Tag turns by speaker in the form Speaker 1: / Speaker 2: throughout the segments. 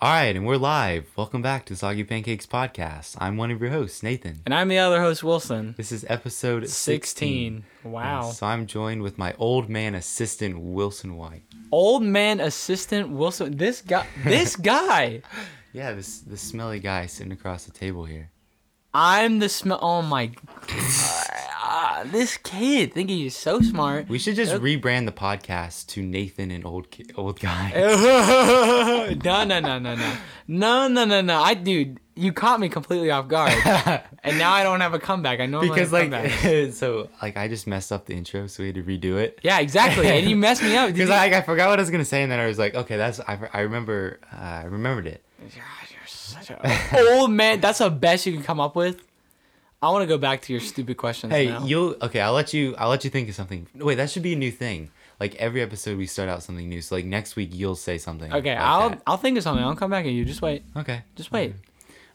Speaker 1: All right, and we're live. Welcome back to Soggy Pancakes Podcast. I'm one of your hosts, Nathan.
Speaker 2: And I'm the other host, Wilson.
Speaker 1: This is episode 16.
Speaker 2: 16. Wow.
Speaker 1: So I'm joined with my old man assistant, Wilson White.
Speaker 2: Old man assistant Wilson. This guy. This guy.
Speaker 1: Yeah, this this smelly guy sitting across the table here.
Speaker 2: I'm the smell. Oh my. Ah, this kid thinking he's so smart.
Speaker 1: We should just rebrand the podcast to Nathan and Old Ki- Old Guy.
Speaker 2: no, no, no, no, no. No, no, no, no. I, dude, you caught me completely off guard. and now I don't have a comeback. I normally
Speaker 1: Because
Speaker 2: have a
Speaker 1: like,
Speaker 2: comeback.
Speaker 1: so like I just messed up the intro, so we had to redo it.
Speaker 2: Yeah, exactly. And you messed me up.
Speaker 1: Because
Speaker 2: Because I.
Speaker 1: like I forgot what I was gonna say, and then I was like, okay, that's I, I remember uh, I remembered it.
Speaker 2: God, you're such a. Old man. That's the best you can come up with. I want to go back to your stupid questions
Speaker 1: Hey,
Speaker 2: now.
Speaker 1: you'll okay. I'll let you. I'll let you think of something. Wait, that should be a new thing. Like every episode, we start out something new. So like next week, you'll say something.
Speaker 2: Okay,
Speaker 1: like
Speaker 2: I'll
Speaker 1: that.
Speaker 2: I'll think of something. I'll come back at you. Just wait.
Speaker 1: Okay.
Speaker 2: Just wait.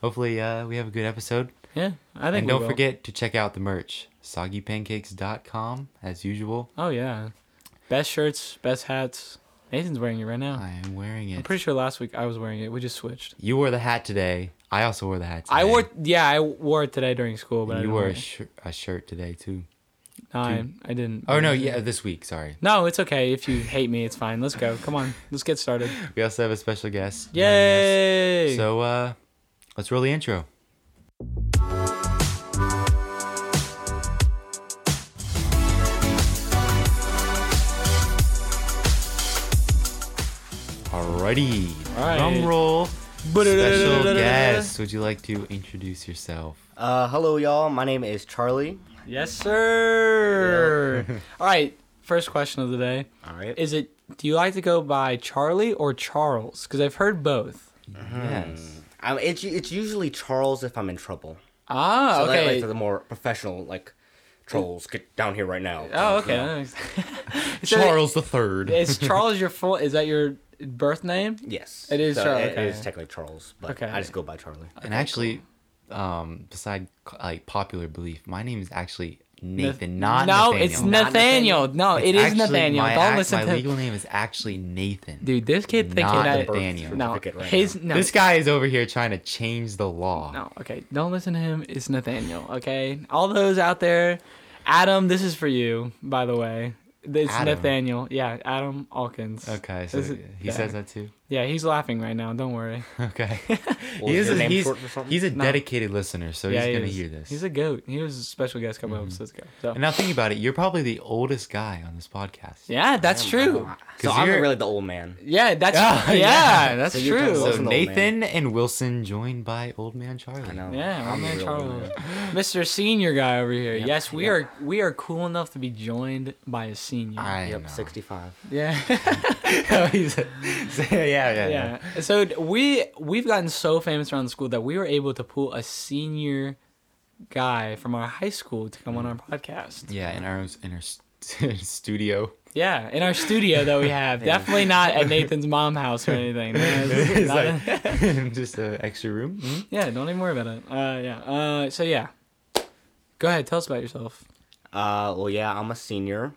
Speaker 1: Hopefully, uh, we have a good episode.
Speaker 2: Yeah, I think.
Speaker 1: And
Speaker 2: we
Speaker 1: don't
Speaker 2: will.
Speaker 1: forget to check out the merch, soggypancakes.com, as usual.
Speaker 2: Oh yeah, best shirts, best hats. Nathan's wearing it right now.
Speaker 1: I am wearing
Speaker 2: I'm
Speaker 1: it.
Speaker 2: pretty sure last week I was wearing it. We just switched.
Speaker 1: You wore the hat today. I also wore the hat today.
Speaker 2: I wore yeah I wore it today during school, but I
Speaker 1: And you
Speaker 2: didn't
Speaker 1: wore
Speaker 2: wear
Speaker 1: a,
Speaker 2: it.
Speaker 1: sh- a shirt today, too.
Speaker 2: No, I, I didn't.
Speaker 1: Oh, no, yeah, this week. Sorry.
Speaker 2: No, it's okay. If you hate me, it's fine. Let's go. Come on, let's get started.
Speaker 1: We also have a special guest. joining us.
Speaker 2: Yay!
Speaker 1: So uh, let's roll the intro. Alrighty.
Speaker 2: Alright.
Speaker 1: Drum roll. Special
Speaker 2: Ba-da-da-da-da-da-da.
Speaker 1: guest. Would you like to introduce yourself?
Speaker 3: Uh, hello, y'all. My name is Charlie.
Speaker 2: yes, sir. All right. First question of the day.
Speaker 3: All right.
Speaker 2: Is it? Do you like to go by Charlie or Charles? Because I've heard both.
Speaker 1: Yes.
Speaker 3: Um, it's it's usually Charles if I'm in trouble.
Speaker 2: Ah,
Speaker 3: So that,
Speaker 2: okay.
Speaker 3: like, for the more professional, like trolls, get down here right now.
Speaker 2: oh,
Speaker 1: Mm-hmm.
Speaker 2: okay.
Speaker 3: Yeah.
Speaker 2: that makes- So
Speaker 1: Charles the Third.
Speaker 2: Is Charles your full? Is that your birth name?
Speaker 3: Yes.
Speaker 2: It is Charlie,
Speaker 3: It,
Speaker 2: okay.
Speaker 3: it is technically Charles, but
Speaker 2: Okay.
Speaker 3: I just go by Charlie.
Speaker 1: And actually, um, beside like popular belief, my name is actually Nathan,
Speaker 2: no,
Speaker 1: not
Speaker 2: it's
Speaker 1: Nathaniel.
Speaker 2: Nathaniel. No, it's
Speaker 1: It's actually-
Speaker 2: Oh, Nathaniel.
Speaker 1: My,
Speaker 2: Don't
Speaker 1: ac-
Speaker 2: listen
Speaker 1: my
Speaker 2: to him.
Speaker 1: legal name is actually Nathan.
Speaker 2: Dude, this kid thinking
Speaker 1: Not
Speaker 2: that
Speaker 1: the Nathaniel.
Speaker 2: no,
Speaker 3: certificate right
Speaker 2: his no,
Speaker 1: This guy is over here trying to change the law.
Speaker 2: no. Okay, don't listen to him. It's Nathaniel. Okay, all those out there, Adam, this is for you. By the way, it's
Speaker 1: Adam?
Speaker 2: Nathaniel. Yeah, Adam Alkins.
Speaker 1: Okay, so
Speaker 2: This is-
Speaker 1: he says that too.
Speaker 2: Yeah, he's laughing right now. Don't worry.
Speaker 1: Okay.
Speaker 3: Well,
Speaker 1: he is
Speaker 3: is your
Speaker 1: a,
Speaker 3: name
Speaker 1: he's,
Speaker 3: short for something?
Speaker 1: he's a
Speaker 2: No.
Speaker 1: dedicated listener, so
Speaker 2: yeah,
Speaker 1: he's
Speaker 2: he
Speaker 1: gonna
Speaker 2: is.
Speaker 1: hear this. Mm-hmm.
Speaker 2: He's a goat. He was a special guest a couple episodes ago. So.
Speaker 1: and now think about it, you're probably the oldest guy on this podcast.
Speaker 2: yeah, that's true.
Speaker 3: So
Speaker 1: 'Cause
Speaker 3: I'm
Speaker 1: you're-
Speaker 3: really the old man.
Speaker 2: Yeah, that's
Speaker 1: Ah,
Speaker 2: yeah,
Speaker 1: yeah.
Speaker 2: that's
Speaker 3: So you're
Speaker 2: true.
Speaker 3: talking
Speaker 1: So
Speaker 3: Wilson's old man.
Speaker 1: Nathan and Wilson joined by old man Charlie.
Speaker 3: I know.
Speaker 2: Yeah,
Speaker 3: I'm
Speaker 2: old
Speaker 3: the
Speaker 2: man
Speaker 3: real old
Speaker 2: Charles,
Speaker 3: man.
Speaker 2: Mr. Senior guy over here. yes, we
Speaker 3: yep.
Speaker 2: are we are cool enough to be joined by a senior.
Speaker 1: I know.
Speaker 3: Yep, 65.
Speaker 2: yeah.
Speaker 1: He's a- so, yeah, yeah, yeah.
Speaker 2: yeah. So d- we we've gotten so famous around the school that we were able to pull a senior guy from our high school to
Speaker 1: Mm.
Speaker 2: come on our podcast.
Speaker 1: Yeah, in our in our st- studio.
Speaker 2: Yeah, in our studio that we have. Definitely not at Nathan's mom house or anything. That is
Speaker 1: it's
Speaker 2: not a-
Speaker 1: like just an extra room. Mhm.
Speaker 2: yeah, don't even worry about it. Uh, yeah. Uh, so yeah. Go ahead, tell us about yourself.
Speaker 3: Uh, well, yeah, I'm a senior,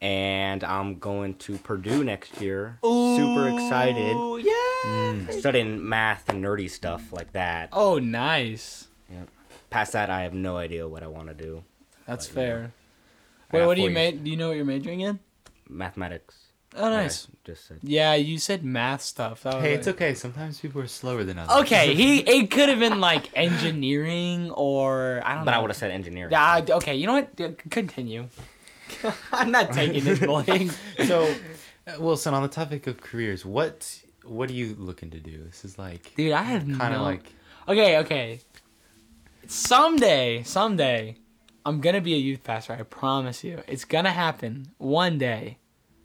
Speaker 3: and I'm going to Purdue next year. Super excited. Mm.
Speaker 2: Ooh, yeah.
Speaker 3: Studying math and nerdy stuff like that.
Speaker 2: Oh, nice.
Speaker 3: Past that, I have no idea what I want to do.
Speaker 2: That's
Speaker 3: But, yeah.
Speaker 2: fair.
Speaker 3: I
Speaker 2: Wait,
Speaker 3: got
Speaker 2: what do you
Speaker 3: four years.
Speaker 2: ma- do you know what you're majoring in?
Speaker 3: Mathematics.
Speaker 2: Oh, nice.
Speaker 3: Yeah, just said.
Speaker 2: Yeah, you said math stuff. That was
Speaker 1: Hey,
Speaker 2: like-
Speaker 1: it's okay. Sometimes people are slower than others.
Speaker 2: okay. He it could have been like engineering or I don't
Speaker 3: But
Speaker 2: know.
Speaker 3: I would have said engineering.
Speaker 2: Yeah, I- okay, you know what? D- Continue. I'm not taking this bullying.
Speaker 1: So, uh, Wilson, on the topic of careers, what what are you looking to do? This is like
Speaker 2: Dude, I have
Speaker 1: kind of
Speaker 2: no-
Speaker 1: like
Speaker 2: Okay, okay. Someday, someday, I'm gonna be a youth pastor. I promise you, it's gonna happen one day,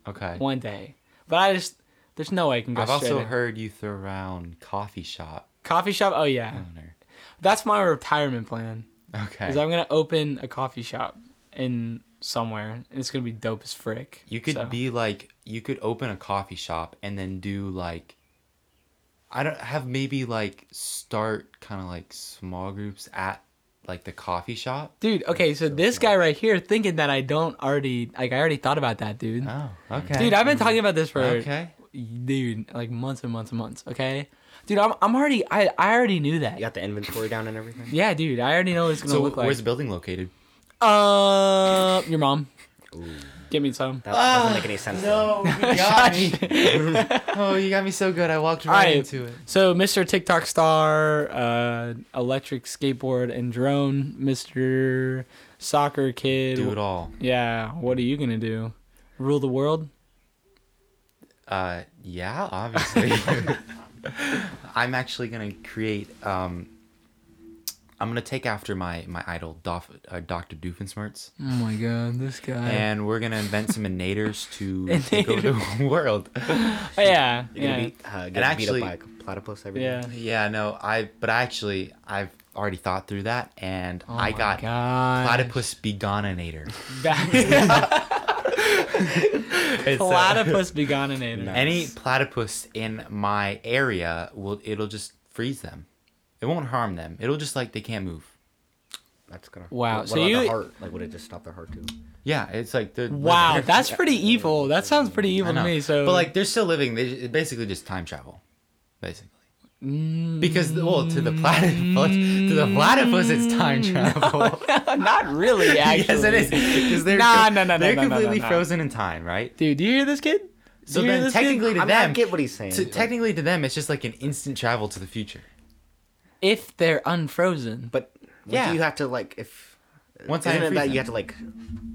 Speaker 1: okay.
Speaker 2: one day. But I just, there's no way I can go
Speaker 1: I've
Speaker 2: straight.
Speaker 1: also
Speaker 2: in.
Speaker 1: heard you throw around coffee shop
Speaker 2: coffee shop. Oh yeah,
Speaker 1: owner.
Speaker 2: that's my retirement plan.
Speaker 1: Okay,
Speaker 2: Is I'm gonna open a coffee shop in somewhere, and it's gonna be dope as frick.
Speaker 1: you could
Speaker 2: So-
Speaker 1: be like you could open a coffee shop and then do like I don't have maybe like start kind of like small groups at like the coffee shop.
Speaker 2: dude. Okay, so this guy right here thinking that I don't already like I already thought about that, dude.
Speaker 1: Oh, okay,
Speaker 2: Dude, I've been talking about this for
Speaker 1: okay.
Speaker 2: dude like months and months and months. Okay, dude. I'm, I'm already I, I already knew that.
Speaker 3: You got the inventory down and everything.
Speaker 2: Yeah, dude. I already know what it's gonna
Speaker 1: So
Speaker 2: look like.
Speaker 1: where's the building located?
Speaker 2: Uh, your mom. Give me some.
Speaker 3: That doesn't make any sense. though.
Speaker 1: you got me. oh, you got me so good. I walked right
Speaker 2: Alright.
Speaker 1: into it.
Speaker 2: So, Mr. TikTok star, uh, electric skateboard and drone, Mr. Soccer kid.
Speaker 1: Do it all.
Speaker 2: Yeah. What are you gonna do? Rule the world?
Speaker 1: Uh, yeah, obviously. I'm actually gonna create. Um, I'm gonna take after my my idol, Dof, uh, Doctor Doofenshmirtz,
Speaker 2: Oh my god, this guy.
Speaker 1: and we're gonna invent some innators to, to go to the world.
Speaker 2: Oh, yeah.
Speaker 3: You're
Speaker 2: yeah.
Speaker 3: gonna be uh, get
Speaker 1: And
Speaker 3: beat
Speaker 1: actually-
Speaker 3: up by a platypus every day.
Speaker 2: yeah.
Speaker 1: Yeah, no, I. But I actually, I've already thought through that, and
Speaker 2: Oh
Speaker 1: I
Speaker 2: my
Speaker 1: got
Speaker 2: gosh.
Speaker 1: platypus begoninator.
Speaker 2: Back-
Speaker 1: It's, uh,
Speaker 2: platypus begoninator.
Speaker 3: No.
Speaker 1: any platypus in my area will it'll just freeze them. It won't harm them. It'll just like they can't move.
Speaker 3: That's gonna.
Speaker 2: Wow,
Speaker 3: What
Speaker 2: so
Speaker 3: about
Speaker 2: you-
Speaker 3: the heart? Like, would it just stop their heart too?
Speaker 1: Yeah, it's like they're
Speaker 2: Wow, that's pretty evil. That sounds pretty evil
Speaker 1: I
Speaker 2: to
Speaker 1: know.
Speaker 2: me. So,
Speaker 1: but like they're still living. They it's basically just time travel, basically. Because well, to the platypus, to the platypus, it's time travel.
Speaker 2: not really. Actually,
Speaker 1: yes, it is. Because they're
Speaker 2: Nah, nah, nah, nah,
Speaker 1: they're
Speaker 2: nah, nah,
Speaker 1: completely
Speaker 2: nah.
Speaker 1: frozen in time, right?
Speaker 2: Dude, do you hear this kid? Do
Speaker 1: So
Speaker 2: you hear
Speaker 1: then
Speaker 2: this kid?
Speaker 1: technically to
Speaker 3: I, mean, I
Speaker 1: them,
Speaker 3: get what he's saying.
Speaker 1: to,
Speaker 3: but-
Speaker 1: technically to them, it's just like an instant travel to the future.
Speaker 2: if they're unfrozen,
Speaker 3: but would
Speaker 1: Yeah.
Speaker 3: you have to like if uh,
Speaker 1: Once I
Speaker 3: isn't it
Speaker 1: unfreeze
Speaker 3: that
Speaker 1: them.
Speaker 3: you have to like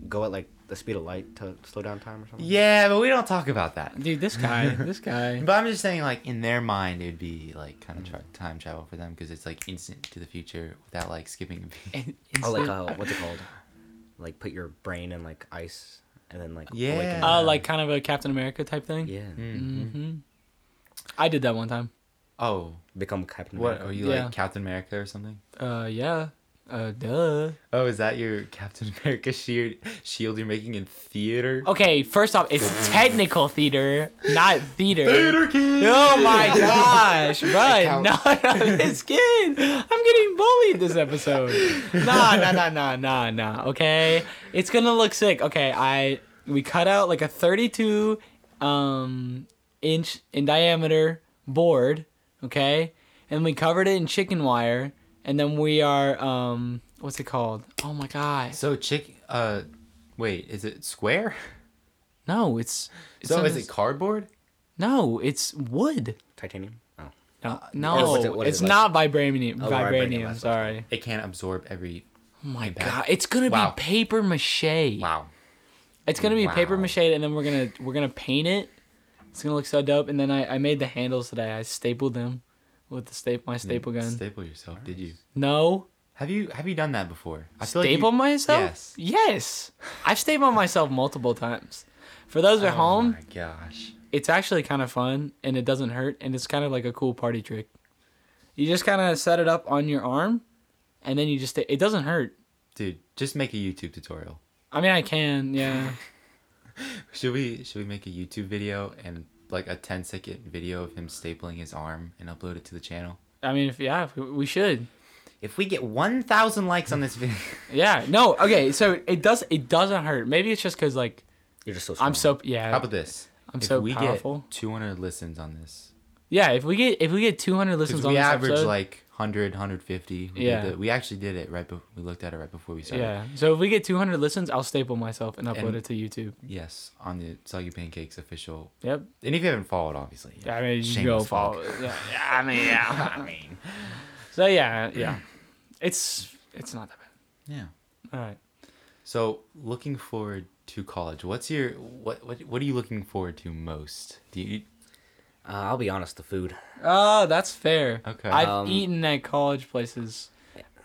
Speaker 3: go at like the speed of light to slow down time or something?
Speaker 1: Yeah, but we don't talk about that.
Speaker 2: dude, this guy, this guy.
Speaker 1: But I'm just saying, like in their mind, it would be like kind
Speaker 2: Mm-hmm.
Speaker 1: of tra- time travel for them because it's like instant to the future without like skipping a beat.
Speaker 3: Oh, like uh, what's it called? Like put your brain in like ice and then like awaken
Speaker 1: Yeah.
Speaker 3: it.
Speaker 2: Oh, like kind of a Captain America type thing. Mm-hmm.
Speaker 3: yeah,
Speaker 2: I did that one time.
Speaker 1: Oh,
Speaker 3: become Captain.
Speaker 1: what
Speaker 3: America.
Speaker 1: are you
Speaker 2: Yeah.
Speaker 1: like Captain America or something?
Speaker 2: Uh, yeah. Uh, duh.
Speaker 1: Oh, is that your Captain America shield shield you're making in theater?
Speaker 2: Okay, first off, it's technical theater, not theater.
Speaker 1: kid.
Speaker 2: Oh my gosh, bro!
Speaker 3: count.
Speaker 2: No, no, this kid. I'm getting bullied this episode. Nah, nah, nah, nah, nah, nah. Okay, it's gonna look sick. Okay, I we cut out like a 32 um inch in diameter board. Okay, and we covered it in chicken wire, and then we are um what's it called? Oh my god.
Speaker 1: So chick, uh, wait, is it square?
Speaker 2: No, it's, it's
Speaker 1: so
Speaker 2: on
Speaker 1: is
Speaker 2: this-
Speaker 1: it cardboard?
Speaker 2: no, it's wood.
Speaker 3: Titanium. Oh,
Speaker 2: No,
Speaker 3: Or
Speaker 2: no
Speaker 3: what's it- what is
Speaker 2: it's
Speaker 3: it
Speaker 2: not
Speaker 3: like?
Speaker 2: vibranium.
Speaker 3: Oh, vibranium,
Speaker 2: vibranium,
Speaker 3: that's what
Speaker 2: sorry.
Speaker 1: It can't absorb every.
Speaker 2: my god, it's gonna
Speaker 1: Wow.
Speaker 2: be paper mache.
Speaker 1: Wow.
Speaker 2: It's gonna be paper
Speaker 1: Wow.
Speaker 2: mache, and then we're gonna we're gonna paint it. It's gonna look so dope. And then I, I made the handles today. I stapled them with the staple my staple gun.
Speaker 1: Staple yourself? Did you?
Speaker 2: no,
Speaker 1: Have you have you done that before? I feel like you-
Speaker 2: staple myself.
Speaker 1: Yes.
Speaker 2: yes, I've stapled myself multiple times. For those at
Speaker 1: Oh
Speaker 2: home,
Speaker 1: my gosh.
Speaker 2: it's actually kind of fun and it doesn't hurt and it's kind of like a cool party trick. You just kind of set it up on your arm, and then you just it doesn't hurt.
Speaker 1: Dude, just make a YouTube tutorial.
Speaker 2: I mean, I can, yeah.
Speaker 1: Should we should we make a YouTube video and like a 10 second video of him stapling his arm and upload it to the channel?
Speaker 2: I mean, if yeah, if we- we should.
Speaker 1: If we get 1,000 likes on this video,
Speaker 2: Yeah. No. Okay. So it does. It doesn't hurt. Maybe it's just because like
Speaker 3: you're just so. Strong.
Speaker 2: I'm so yeah.
Speaker 1: how about this?
Speaker 2: I'm
Speaker 1: if
Speaker 2: so
Speaker 1: we
Speaker 2: powerful.
Speaker 1: get 200 listens on this,
Speaker 2: yeah. If we get if we get 200
Speaker 1: because
Speaker 2: listens on
Speaker 1: we
Speaker 2: this
Speaker 1: average
Speaker 2: episode,
Speaker 1: like 100, 150. We did
Speaker 2: Yeah.
Speaker 1: the- we actually did it right. Be- we looked at it right before we started.
Speaker 2: yeah. So if we get 200 listens, I'll staple myself and
Speaker 1: And-
Speaker 2: upload it to YouTube.
Speaker 1: Yes, on the Soggy Pancakes official.
Speaker 2: Yep.
Speaker 1: And if you haven't followed, obviously.
Speaker 2: I mean, you go
Speaker 1: Shameless plug.
Speaker 2: follow. it. Yeah. yeah. I mean, yeah. I mean. So yeah, yeah. It's it's not that
Speaker 1: Yeah.
Speaker 2: bad. All right.
Speaker 1: So looking forward to college. What's your what what what are you looking forward to most? Do you
Speaker 3: Uh, I'll be honest. The food.
Speaker 2: Oh, that's fair.
Speaker 1: Okay.
Speaker 2: I've
Speaker 3: Um,
Speaker 2: eaten at college places.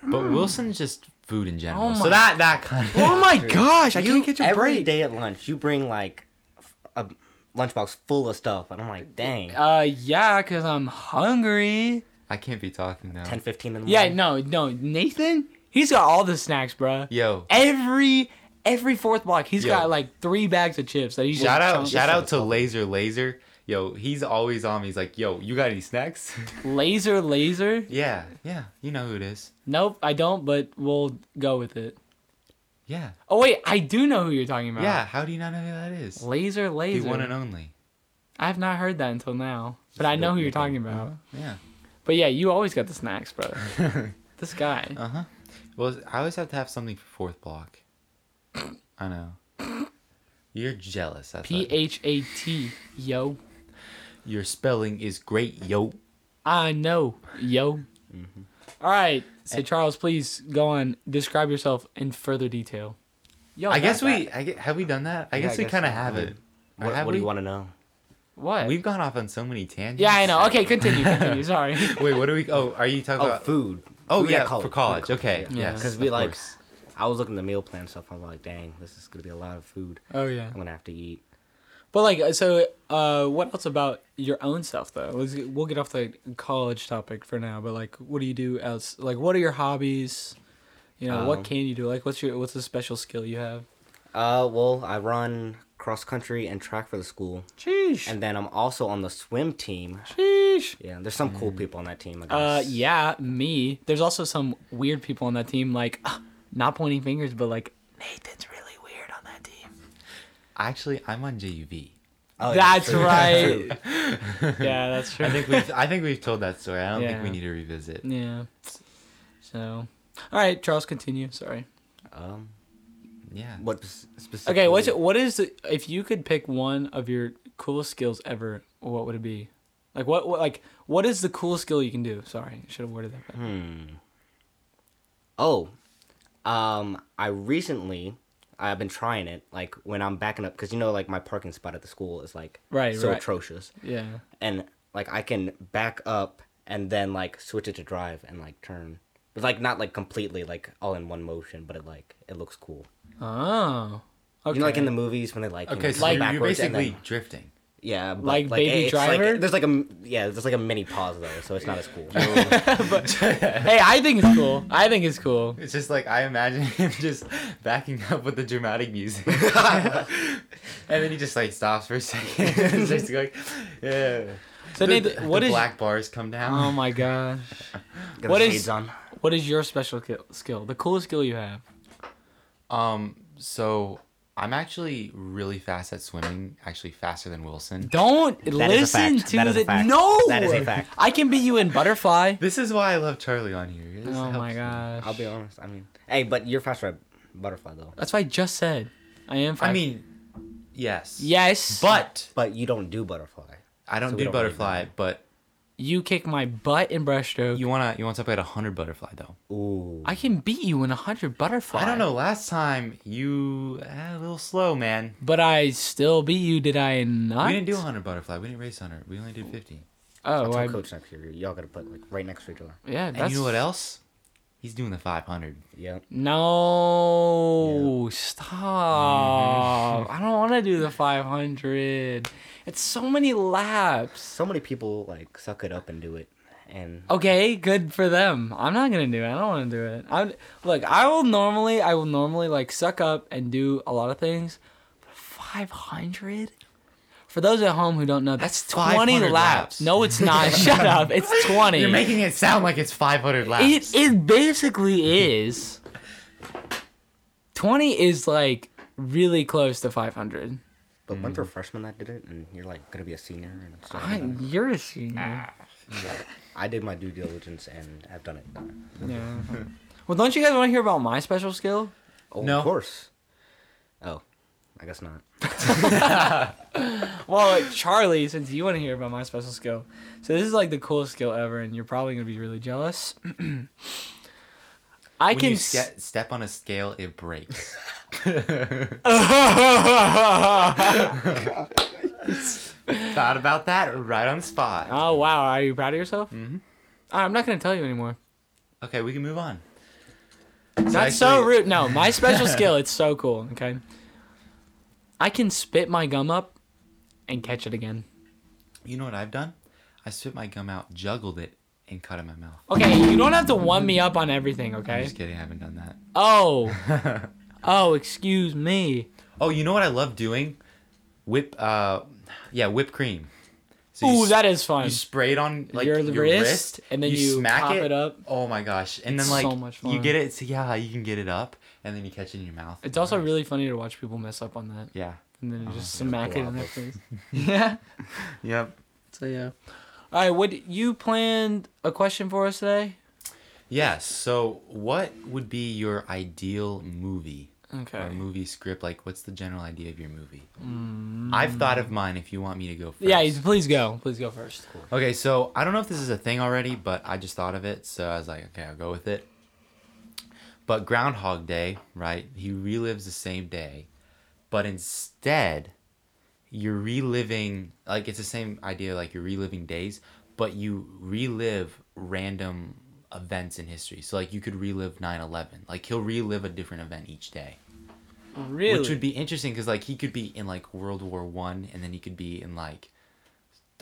Speaker 1: But Wilson's just food in general.
Speaker 2: Hmm. Oh my-
Speaker 1: so that that kind of
Speaker 2: Oh my gosh! I
Speaker 3: You
Speaker 2: can't get your
Speaker 3: every
Speaker 2: break.
Speaker 3: day at lunch, you bring like f- a lunchbox full of stuff, and I'm like, dang.
Speaker 2: Uh, yeah, cause I'm hungry.
Speaker 1: I can't be talking now.
Speaker 3: 10, 15 in the
Speaker 2: Yeah,
Speaker 3: morning.
Speaker 2: no, no, Nathan, he's got all the snacks, bruh.
Speaker 1: Yo.
Speaker 2: Every every fourth block, he's
Speaker 1: Yo.
Speaker 2: got like three bags of chips that he's
Speaker 1: Shout
Speaker 2: just
Speaker 1: out
Speaker 2: chunk-
Speaker 1: shout out to Laser Laser. Yo, he's always on me. He's like, "Yo, you got any snacks?"
Speaker 2: laser laser.
Speaker 1: yeah. Yeah. You know who it is.
Speaker 2: Nope, I don't, but we'll go with it.
Speaker 1: Yeah.
Speaker 2: Oh wait, I do know who you're talking about.
Speaker 1: Yeah, how do you not know who that is?
Speaker 2: laser
Speaker 1: The
Speaker 2: laser.
Speaker 1: one and only. Uh-huh.
Speaker 2: I have not heard that until now, but I know who you're talking about.
Speaker 1: Yeah.
Speaker 2: But yeah, you always got the snacks, brother. this guy.
Speaker 1: Uh huh. Well, I always have to have something for fourth block. I know. You're jealous. That's
Speaker 2: P
Speaker 1: what-
Speaker 2: H A T, yo.
Speaker 1: Your spelling is great, yo.
Speaker 2: I know, yo.
Speaker 1: Mm-hmm.
Speaker 2: All right, so Charles, please go on. Describe yourself in further detail. Yo,
Speaker 1: I
Speaker 2: not
Speaker 1: guess we.
Speaker 2: that-
Speaker 1: I get, have we done that? I
Speaker 3: Yeah,
Speaker 1: guess
Speaker 3: I
Speaker 1: we
Speaker 3: guess
Speaker 1: kind of
Speaker 3: so.
Speaker 1: have it. Or
Speaker 3: What,
Speaker 1: have
Speaker 3: what do you
Speaker 1: we?
Speaker 3: want to know?
Speaker 2: what?
Speaker 1: We've gone off on so many tangents.
Speaker 2: yeah, I know. Okay, continue. Continue. Sorry.
Speaker 1: Wait, what are we? Oh, are you talking
Speaker 3: Oh,
Speaker 1: about?
Speaker 3: food.
Speaker 1: Oh
Speaker 3: Food at
Speaker 1: yeah, for college.
Speaker 3: Food at
Speaker 1: Okay.
Speaker 3: Yeah.
Speaker 2: Yeah.
Speaker 1: Yes.
Speaker 3: Because we
Speaker 1: of
Speaker 3: like,
Speaker 1: course.
Speaker 3: I was looking at the meal plan stuff. I'm like, dang, this is gonna be a lot of food.
Speaker 2: Oh yeah.
Speaker 3: I'm gonna have to eat.
Speaker 2: But like, uh, so uh, what else about your own stuff though? Let's- We'll get off the college topic for now. But like, what do you do else? Like, what are your hobbies? You know,
Speaker 3: Um,
Speaker 2: what can you do? Like, what's your what's the special skill you have?
Speaker 3: Uh, well, I run cross country and track for the school,
Speaker 2: Sheesh.
Speaker 3: and then I'm also on the swim team.
Speaker 2: Sheesh.
Speaker 3: Yeah, there's some cool people on that team. I
Speaker 2: Uh,
Speaker 3: guess.
Speaker 2: yeah, me. There's also some weird people on that team. Like, uh, not pointing fingers, but like Nathan's really weird on that team.
Speaker 1: Actually, I'm on JUV.
Speaker 3: Oh, yeah,
Speaker 2: that's
Speaker 3: true,
Speaker 2: right.
Speaker 3: true.
Speaker 2: yeah, that's true.
Speaker 1: I think we've. I think we've told that story. I don't think we
Speaker 2: Yeah.
Speaker 1: need to revisit.
Speaker 2: yeah. So, all right, Charles, continue. Sorry.
Speaker 3: Um,
Speaker 1: Yeah.
Speaker 3: what s- specifically?
Speaker 2: Okay, what's it, what is the- if you could pick one of your coolest skills ever? What would it be? Like what, what like what is the coolest skill you can do? Sorry, I should have worded that. Better.
Speaker 3: Oh, um, I recently I've been trying it. Like when I'm backing up, because you know, like my parking spot at the school is like
Speaker 2: Right,
Speaker 3: so
Speaker 2: right.
Speaker 3: atrocious,
Speaker 2: Yeah.
Speaker 3: and like I can back up and then like switch it to drive and like turn. But like not like completely like all in one motion, but it like it looks cool.
Speaker 2: Oh. Okay.
Speaker 3: You know, like in the movies when they like you
Speaker 1: okay,
Speaker 3: know,
Speaker 1: so
Speaker 3: go
Speaker 1: you're, you're
Speaker 3: backwards and
Speaker 1: basically
Speaker 3: then-
Speaker 1: drifting.
Speaker 3: yeah, but,
Speaker 2: Like Baby
Speaker 3: it's, like-
Speaker 2: Driver?
Speaker 3: there's like a m- yeah, there's like a mini pause though, so it's not as cool.
Speaker 2: hey, I think it's cool. I think it's cool.
Speaker 1: It's just like I imagine him just backing up with the dramatic music, and then he just like stops for a second. and just like, yeah.
Speaker 2: So
Speaker 1: The-
Speaker 2: Nathan,
Speaker 1: the
Speaker 2: what is
Speaker 1: black bars come
Speaker 2: Oh
Speaker 1: down?
Speaker 2: my gosh.
Speaker 3: Got the
Speaker 2: What is-
Speaker 3: shades on?
Speaker 2: What is your special ki- skill? The coolest skill you have?
Speaker 1: Um, so I'm actually really fast at swimming. Actually, faster than Wilson.
Speaker 2: Don't
Speaker 3: That is a
Speaker 2: listen
Speaker 3: fact.
Speaker 2: to
Speaker 3: That is a
Speaker 2: the
Speaker 3: fact.
Speaker 2: no.
Speaker 3: That is a fact.
Speaker 2: I can beat you in butterfly.
Speaker 1: This is why I love Charlie on here. This
Speaker 2: oh
Speaker 1: helps
Speaker 2: my
Speaker 1: me.
Speaker 2: gosh.
Speaker 3: I'll be honest. I mean, hey, but you're faster at butterfly though.
Speaker 2: That's what I just said. I am.
Speaker 1: I
Speaker 2: fact-
Speaker 1: mean, yes.
Speaker 2: yes,
Speaker 1: But
Speaker 3: But you don't do butterfly.
Speaker 1: I don't
Speaker 3: So we
Speaker 1: do
Speaker 3: don't really
Speaker 1: butterfly.
Speaker 3: know.
Speaker 1: but
Speaker 2: you kick my butt in breaststroke.
Speaker 1: you wanna you want to play at hundred butterfly though.
Speaker 3: Ooh.
Speaker 2: I can beat you in a hundred butterfly.
Speaker 1: I don't know. Last time you eh, a little slow, man.
Speaker 2: But I still beat you, did I not?
Speaker 1: We didn't do 100 butterfly. We didn't race 100. We only did 50.
Speaker 2: Oh,
Speaker 3: That's
Speaker 2: I,
Speaker 3: what coach next year. Y'all gotta put like right next to each other.
Speaker 2: yeah. That's
Speaker 1: And you know what else? He's doing the 500.
Speaker 3: Yeah.
Speaker 2: No, stop!
Speaker 1: Mm-hmm.
Speaker 2: I don't want to do the five hundred. It's so many laps.
Speaker 3: So many people like suck it up and do it, and
Speaker 2: Okay, good for them. I'm not gonna do it. I don't want to do it. I look. I will normally. I will normally like suck up and do a lot of things. But 500. For those at home who don't know, that's 20
Speaker 1: 500
Speaker 2: laps.
Speaker 1: laps.
Speaker 2: No, it's not. Shut up. It's 20.
Speaker 1: You're making it sound like it's 500 laps.
Speaker 2: it it basically is. 20 is like really close to 500.
Speaker 3: but went for freshmen that did it, and you're like gonna be a senior and stuff.
Speaker 2: Mm. I,
Speaker 3: Like that.
Speaker 2: you're a senior.
Speaker 3: I did my due diligence and I've done it.
Speaker 2: Yeah. Well, don't you guys want to hear about my special skill?
Speaker 3: Oh,
Speaker 1: No.
Speaker 3: of course. Oh, I guess not.
Speaker 2: Well, like, Charlie, since you want to hear about my special skill, so this is like the coolest skill ever, and you're probably gonna be really jealous. I
Speaker 1: when
Speaker 2: can.
Speaker 1: you
Speaker 2: s-
Speaker 1: ske- step on a scale, it breaks. Thought about that right on the spot.
Speaker 2: oh wow, are you proud of yourself? Mm-hmm. I'm not gonna tell you anymore.
Speaker 1: Okay, we can move on.
Speaker 2: That's so
Speaker 1: actually-
Speaker 2: rude. No, my special skill. It's so cool. Okay. I can spit my gum up, and catch it again.
Speaker 1: You know what I've done? I spit my gum out, juggled it, and cut it in my mouth.
Speaker 2: Okay, you don't have to one me up on everything.
Speaker 1: I'm
Speaker 2: Okay.
Speaker 1: just kidding. I haven't done that.
Speaker 2: Oh. Oh, excuse me.
Speaker 1: Oh, you know what I love doing? Whip, uh, yeah, whipped cream. So you
Speaker 2: Ooh,
Speaker 1: s-
Speaker 2: that is fun.
Speaker 1: you spray it on like
Speaker 2: Your
Speaker 1: your,
Speaker 2: wrist,
Speaker 1: wrist,
Speaker 2: and then you pop it up.
Speaker 1: Oh my gosh! And
Speaker 2: It's
Speaker 1: then like
Speaker 2: so much
Speaker 1: you
Speaker 2: fun.
Speaker 1: get it. So yeah, you can get it up, and then you catch it in your mouth.
Speaker 2: It's also really funny to watch people mess up on that.
Speaker 1: Oh, yeah.
Speaker 2: And then you just smack it in
Speaker 3: blob
Speaker 2: their
Speaker 3: it.
Speaker 2: face. yeah.
Speaker 1: Yep.
Speaker 2: So yeah. All right, what you planned a question for us today?
Speaker 1: Yes. So, what would be your ideal movie or
Speaker 2: Okay.
Speaker 1: movie script? Like, what's the general idea of your movie? I've thought of mine. If you want me to go first.
Speaker 2: Mm. Yeah, please go. Please go first.
Speaker 1: Okay, so I don't know if this is a thing already, but I just thought of it, so I was like, okay, I'll go with it. But Groundhog Day, right? He relives the same day, but instead, you're reliving like it's the same idea, like you're reliving days, but you relive random events in history. So like you could relive 9/11. Like he'll relive a different event each day
Speaker 2: Really?
Speaker 1: which would be interesting because like he could be in like World War One, and then he could be in like,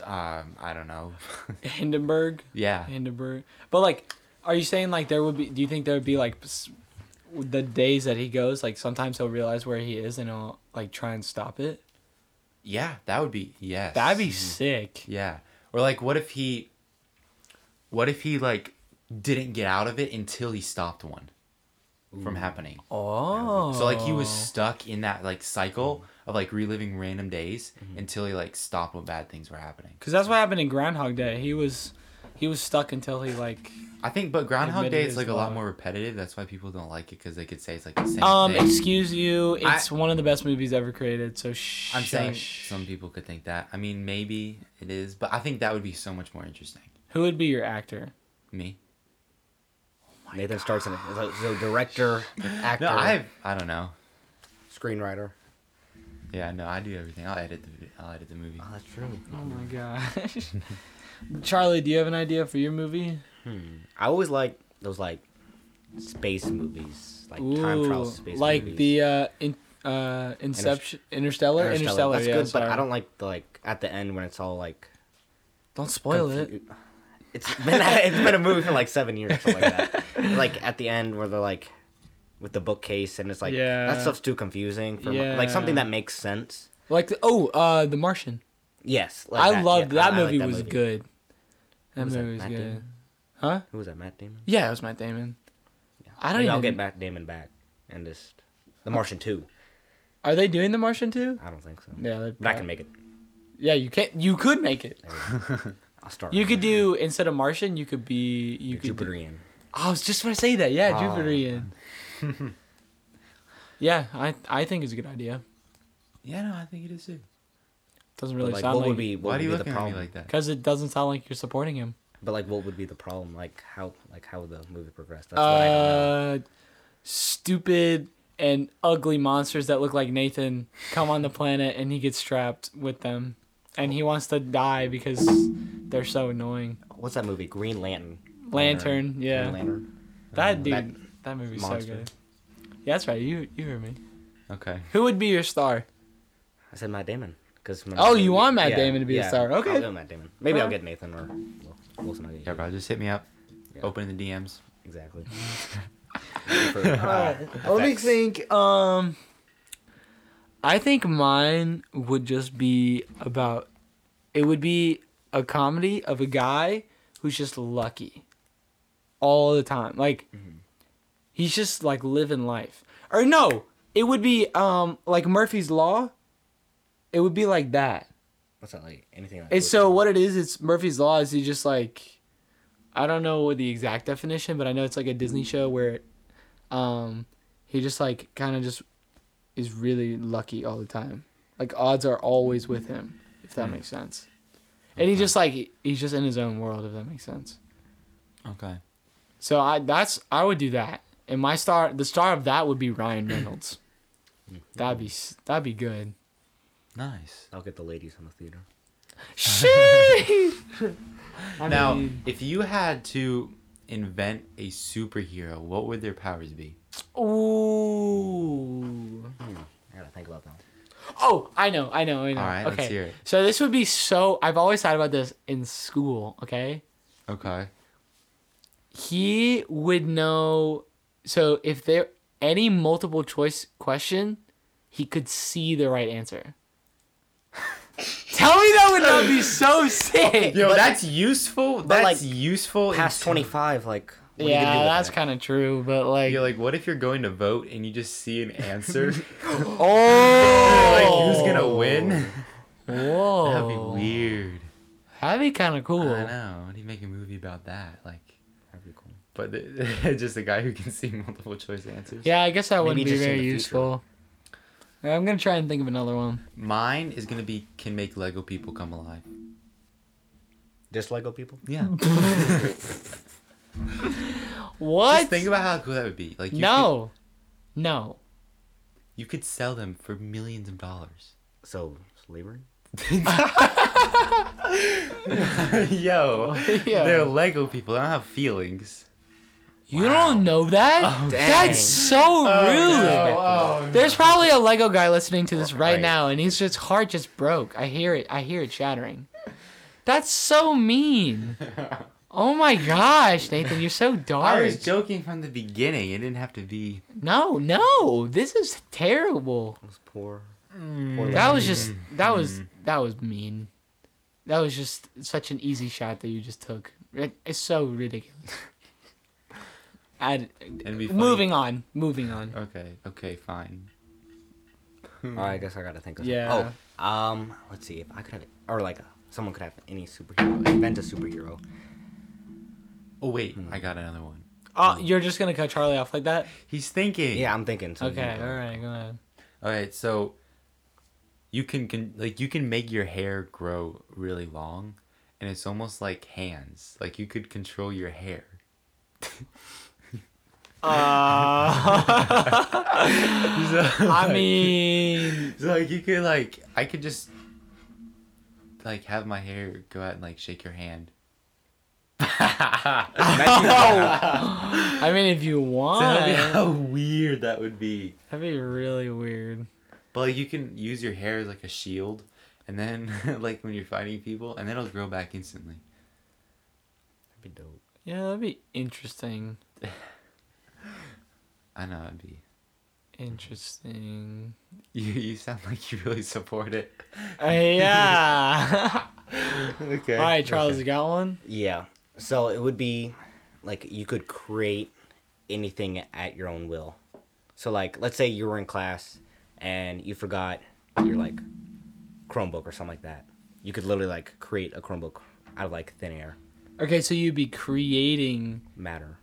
Speaker 1: um, I don't know,
Speaker 2: Hindenburg.
Speaker 1: yeah,
Speaker 2: Hindenburg. But like, are you saying like there would be? Do you think there would be like s- the days that he goes? Like sometimes he'll realize where he is and he'll like try and stop it.
Speaker 1: yeah, that would be yes,
Speaker 2: That'd be sick.
Speaker 1: yeah, or like what if he, what if he like didn't get out of it until he stopped one from happening.
Speaker 2: Oh.
Speaker 1: So like he was stuck in that like cycle of like reliving random days until he like stopped when bad things were happening.
Speaker 2: Because that's what happened in Groundhog Day. He was, he was stuck until he like.
Speaker 1: I think, but Groundhog
Speaker 2: Admitted
Speaker 1: Day
Speaker 2: his
Speaker 1: is like a lot
Speaker 2: log.
Speaker 1: more repetitive. That's why people don't like it because they could say it's like the same
Speaker 2: Um,
Speaker 1: thing.
Speaker 2: excuse you.
Speaker 1: I-
Speaker 2: It's one of the best movies ever created. So shh.
Speaker 1: I'm saying some people could think that. I mean, maybe it is, but I think that would be so much more interesting.
Speaker 2: Who would be your actor?
Speaker 1: Me?
Speaker 3: Nathan starts in it. So, so director, actor,
Speaker 1: No, I I don't know.
Speaker 3: screenwriter.
Speaker 1: Yeah, no, I do everything. I'll edit the vid- I'll edit the movie.
Speaker 3: that's true.
Speaker 2: Oh my gosh. Charlie, do you have an idea for your movie?
Speaker 3: I always like those like space movies, like time
Speaker 2: Ooh,
Speaker 3: travel space
Speaker 2: like
Speaker 3: movies.
Speaker 2: the uh, in, uh, Inception, Interstellar, Interstellar.
Speaker 3: That's
Speaker 2: yeah,
Speaker 3: good,
Speaker 2: sorry.
Speaker 3: but I don't like the like at the end when it's all like.
Speaker 2: don't spoil it.
Speaker 3: confu- It's been it's been a movie for like seven years, something like that. like at the end where they're like, with the bookcase and it's like
Speaker 2: Yeah.
Speaker 3: that stuff's too confusing for my- like something
Speaker 2: Yeah.
Speaker 3: that makes sense.
Speaker 2: Like the, oh, uh, The Martian.
Speaker 3: Yes, like
Speaker 2: I
Speaker 3: that,
Speaker 2: loved
Speaker 3: yeah, I-
Speaker 2: that
Speaker 3: I like
Speaker 2: movie. was good. That
Speaker 3: was that,
Speaker 2: movie was
Speaker 3: Matt
Speaker 2: good.
Speaker 3: Damon?
Speaker 2: Huh?
Speaker 3: Who was that? Matt Damon.
Speaker 2: Yeah, it was Matt Damon. I don't
Speaker 3: Maybe I'll
Speaker 2: even-
Speaker 3: get Matt Damon back and just The Martian Two.
Speaker 2: Are they doing The Martian too?
Speaker 3: I don't think so.
Speaker 2: Yeah, they're
Speaker 3: But I can make it.
Speaker 2: Yeah, you can. not You could make it.
Speaker 3: I'll start.
Speaker 2: You could do instead of Martian, you could be you could. Do, Oh,
Speaker 3: Jupiterian.
Speaker 2: I was just gonna say that. Yeah,
Speaker 3: Oh.
Speaker 2: Jupiterian. yeah, I I think it's a good idea.
Speaker 1: Yeah, no, I think it is too.
Speaker 2: Doesn't
Speaker 3: But,
Speaker 2: really
Speaker 3: like,
Speaker 2: sound
Speaker 3: what
Speaker 2: like
Speaker 3: would be what
Speaker 1: Why
Speaker 3: would
Speaker 1: do you
Speaker 3: be the
Speaker 1: looking at me
Speaker 3: problem?
Speaker 1: like that?
Speaker 2: because it doesn't sound like you're supporting him.
Speaker 3: But like, what would be the problem? Like how like how the movie progressed. That's what I don't know.
Speaker 2: Uh, stupid and ugly monsters that look like Nathan come on the planet and he gets trapped with them, and he wants to die because they're so annoying.
Speaker 3: What's that movie? Green Lantern.
Speaker 2: Lantern, yeah.
Speaker 3: Green Lantern.
Speaker 2: That dude,
Speaker 3: that
Speaker 2: that, movie's so
Speaker 3: monster.
Speaker 2: good. Yeah, that's right. You you heard me.
Speaker 1: Okay.
Speaker 2: Who would be your star?
Speaker 3: I said Matt Damon. Cause
Speaker 2: Oh, you want Matt Damon to be the star. Okay. Uh.
Speaker 3: I'll go Matt Damon. Maybe I'll
Speaker 2: Alright.
Speaker 3: get Nathan or Wil- Wilson. I'll get
Speaker 1: Yeah,
Speaker 3: you.
Speaker 1: bro, just hit me up.
Speaker 3: Yeah.
Speaker 1: Open the DMs.
Speaker 3: Exactly. For, uh,
Speaker 2: Let me
Speaker 3: effects.
Speaker 2: think. Um, I think mine would just be about. It would be a comedy of a guy who's just lucky, all the time. Like, he's just like living life. Or no, it would be um like Murphy's Law. It would be like that.
Speaker 3: That's not like anything. Like
Speaker 2: It's so what it is. It's Murphy's Law. Is he just like, I don't know what the exact definition, but I know it's like a Disney show where, um, he just like kind of just is really lucky all the time. Like odds are always with him, if that makes sense. And he just like he- he's just in his own world, if that makes sense.
Speaker 1: Okay.
Speaker 2: So I that's I would do that, and my star the star of that would be Ryan Reynolds. that'd be s- that'd be good.
Speaker 1: Nice.
Speaker 3: I'll get the ladies in the theater.
Speaker 2: Shit. I
Speaker 1: now,
Speaker 2: mean-
Speaker 1: if you had to invent a superhero, what would their powers be?
Speaker 2: Ooh.
Speaker 3: I gotta think about that.
Speaker 2: Oh, I know, I know, I know.
Speaker 1: All right,
Speaker 2: okay.
Speaker 1: let's hear it.
Speaker 2: So this would be so. I've always thought about this in school. Okay,
Speaker 1: Okay.
Speaker 2: he would know. So if there any multiple choice question, he could see the right answer. Tell me that would not be so sick.
Speaker 1: Yo, that's useful. That's
Speaker 3: like,
Speaker 1: useful. in
Speaker 3: Past twenty five, like what do you
Speaker 2: yeah,
Speaker 3: do with
Speaker 2: that's
Speaker 3: that?
Speaker 2: kind of true, but like,
Speaker 1: You're like, what if you're going to vote and you just see an answer?
Speaker 2: oh,
Speaker 1: like, who's gonna win?
Speaker 2: whoa,
Speaker 1: That'd be Oh. weird.
Speaker 2: That'd be kind of cool.
Speaker 1: I know. How do you make a movie about that? Like,
Speaker 3: That'd be cool.
Speaker 1: but just a guy who can see multiple choice answers.
Speaker 2: Yeah, I guess that wouldn't
Speaker 3: Maybe
Speaker 2: be
Speaker 3: just in
Speaker 2: very
Speaker 3: the future.
Speaker 2: useful. I'm gonna try and think of another one.
Speaker 1: Mine is gonna be can make Lego people come alive.
Speaker 3: Just Lego people?
Speaker 1: Yeah.
Speaker 2: What?
Speaker 1: Just think about how cool that would be. Like, you Could,
Speaker 2: no, no.
Speaker 1: you could sell them for millions of dollars.
Speaker 3: So slavery?
Speaker 1: Yo,
Speaker 2: Yeah.
Speaker 1: they're Lego people. They don't have feelings.
Speaker 2: You don't know that?
Speaker 3: dang.
Speaker 2: That's so rude. There's probably a Lego guy listening to this right,
Speaker 1: Right.
Speaker 2: now, and he's just heart just broke. I hear it. I hear it shattering. That's so mean. Oh my gosh, Nathan, you're so
Speaker 1: I
Speaker 2: dark.
Speaker 1: was joking from the beginning. It didn't have to be.
Speaker 2: No, no, this is terrible.
Speaker 3: Those poor.
Speaker 2: Mm, That
Speaker 1: Mm-hmm.
Speaker 2: was just that was that was mean. That was just such an easy shot that you just took. It, it's so ridiculous. And
Speaker 1: It'd be funny.
Speaker 2: moving on, moving on.
Speaker 1: Okay. Okay. Fine.
Speaker 3: Oh, I guess I gotta think of something.
Speaker 2: Mm-hmm. Yeah.
Speaker 3: Oh, um, let's see if I could have, or like someone could have any superhero, invent a superhero.
Speaker 1: Oh wait,
Speaker 2: Hmm.
Speaker 1: I got another one.
Speaker 2: Oh, you're just gonna cut Charlie off like that?
Speaker 1: He's thinking.
Speaker 3: Yeah, I'm thinking. something
Speaker 2: Okay,
Speaker 3: like
Speaker 2: all
Speaker 3: that.
Speaker 2: right, go ahead.
Speaker 1: All right. So you can, can like you can make your hair grow really long, and it's almost like hands. Like you could control your hair.
Speaker 2: I mean,
Speaker 1: So like you could like I could just like have my hair go out and like shake your hand.
Speaker 2: I mean, if you want,
Speaker 1: That'd be how weird that would be.
Speaker 2: that'd be really weird.
Speaker 1: But like you can use your hair as like a shield, and then like when you're fighting people, and then it'll grow back instantly.
Speaker 3: That'd be dope.
Speaker 2: Yeah, that'd be interesting.
Speaker 1: I know it'd be.
Speaker 2: Interesting.
Speaker 1: You you sound like you really support it.
Speaker 2: Uh, yeah.
Speaker 1: Okay.
Speaker 2: all right, Charles, you got one?
Speaker 3: Yeah. So it would be like you could create anything at your own will. So like let's say you were in class and you forgot your like Chromebook or something like that. You could literally like create a Chromebook out of like thin air.
Speaker 2: Okay, so you'd be creating.
Speaker 3: Matter.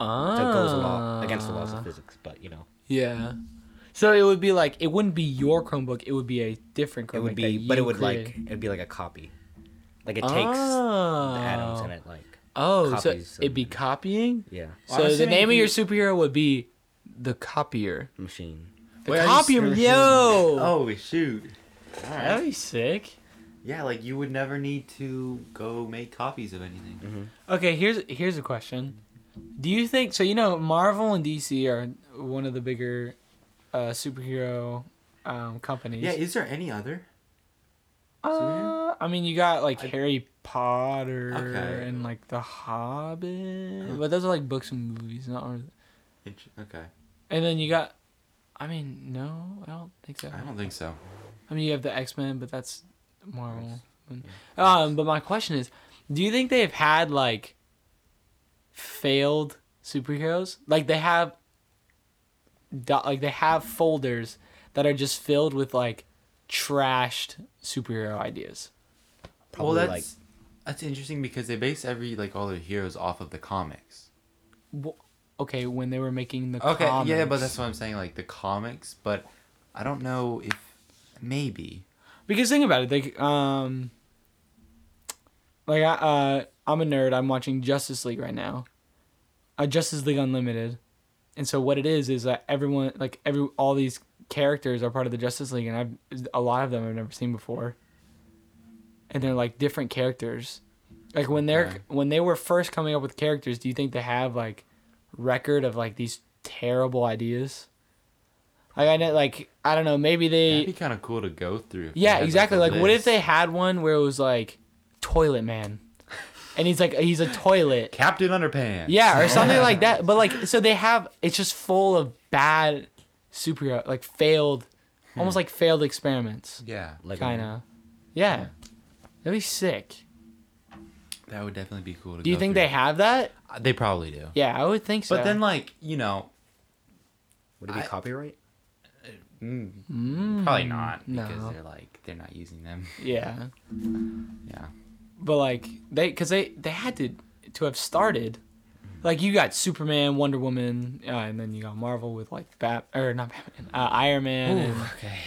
Speaker 2: Ah.
Speaker 3: So it goes along against the laws of physics, but you know.
Speaker 2: Yeah. So it would be like it wouldn't be your Chromebook. It would be a different Chromebook.
Speaker 3: It would be but it would like it'd be like a copy. Like it takes the atoms and it like
Speaker 2: Ah. Oh, so
Speaker 3: copies
Speaker 2: it'd be
Speaker 3: and-
Speaker 2: copying.
Speaker 3: yeah.
Speaker 1: I
Speaker 2: So
Speaker 1: was
Speaker 2: the
Speaker 1: thinking
Speaker 2: name of
Speaker 1: if
Speaker 2: your
Speaker 1: you-
Speaker 2: superhero would be the copier.
Speaker 3: Machine.
Speaker 2: The
Speaker 1: Wait, are you
Speaker 2: copier,
Speaker 1: serious?
Speaker 2: yo.
Speaker 1: Oh shoot. All
Speaker 2: that'd
Speaker 1: right.
Speaker 2: be sick.
Speaker 1: Yeah, like you would never need to go make copies of anything.
Speaker 2: Mm-hmm. Okay, here's here's a question. Do you think so? You know, Marvel and DC are one of the bigger uh, superhero um, companies.
Speaker 1: Yeah. Is there any other?
Speaker 2: Uh, I mean, you got like Harry Potter
Speaker 1: Okay. Uh-huh.
Speaker 2: and like The Hobbit, but those are like books and movies, not. Really...
Speaker 1: Int- Okay.
Speaker 2: And then you got, I mean, no, I don't think so.
Speaker 1: I don't think so.
Speaker 2: I mean, you have the X Men, but that's Marvel. Um, but my question is, do you think they've had like failed superheroes? Like they have, do- like they have folders that are just filled with like trashed superhero ideas.
Speaker 3: Probably
Speaker 1: well, that's
Speaker 3: like
Speaker 1: that's interesting because they base every like all their heroes off of the comics.
Speaker 2: Wh- Okay, when they were making the
Speaker 1: Okay,
Speaker 2: comics.
Speaker 1: yeah, but that's what I'm saying, like the comics. But I don't know if maybe.
Speaker 2: Because think about it, like um, like I uh, I'm a nerd. I'm watching Justice League right now, uh, Justice League Unlimited, and so what it is is that everyone like every all these characters are part of the Justice League, and I've a lot of them I've never seen before, and they're like different characters. Like when they're
Speaker 1: Okay.
Speaker 2: when they were first coming up with characters, do you think they have like record of like these terrible ideas? Like I know, like I don't know, maybe they
Speaker 1: It'd be kind of cool to go through. if they
Speaker 2: yeah,
Speaker 1: had,
Speaker 2: exactly.
Speaker 1: a
Speaker 2: Like, what if
Speaker 1: list.
Speaker 2: they had one where it was like Toilet Man, and he's like he's a toilet,
Speaker 1: Captain Underpants?
Speaker 2: yeah, or something like that. But like, so they have it's just full of bad superhero like failed,
Speaker 1: Hmm.
Speaker 2: almost like failed experiments,
Speaker 1: Yeah,
Speaker 3: Lego Man.
Speaker 2: kind of. Yeah, that'd be sick.
Speaker 1: that would definitely be cool. To
Speaker 2: Do you
Speaker 1: go
Speaker 2: think
Speaker 1: through.
Speaker 2: they have that?
Speaker 1: Uh, They probably do.
Speaker 2: Yeah, I would think so.
Speaker 1: But then, like you know,
Speaker 3: would it be
Speaker 1: I-
Speaker 3: copyright?
Speaker 1: mm, probably not because
Speaker 2: Hmm, no.
Speaker 1: they're like they're not using them.
Speaker 2: yeah,
Speaker 1: Yeah,
Speaker 2: but like they because they they had to to have started like you got superman wonder woman uh, and then you got marvel with like bat or not batman uh, iron man and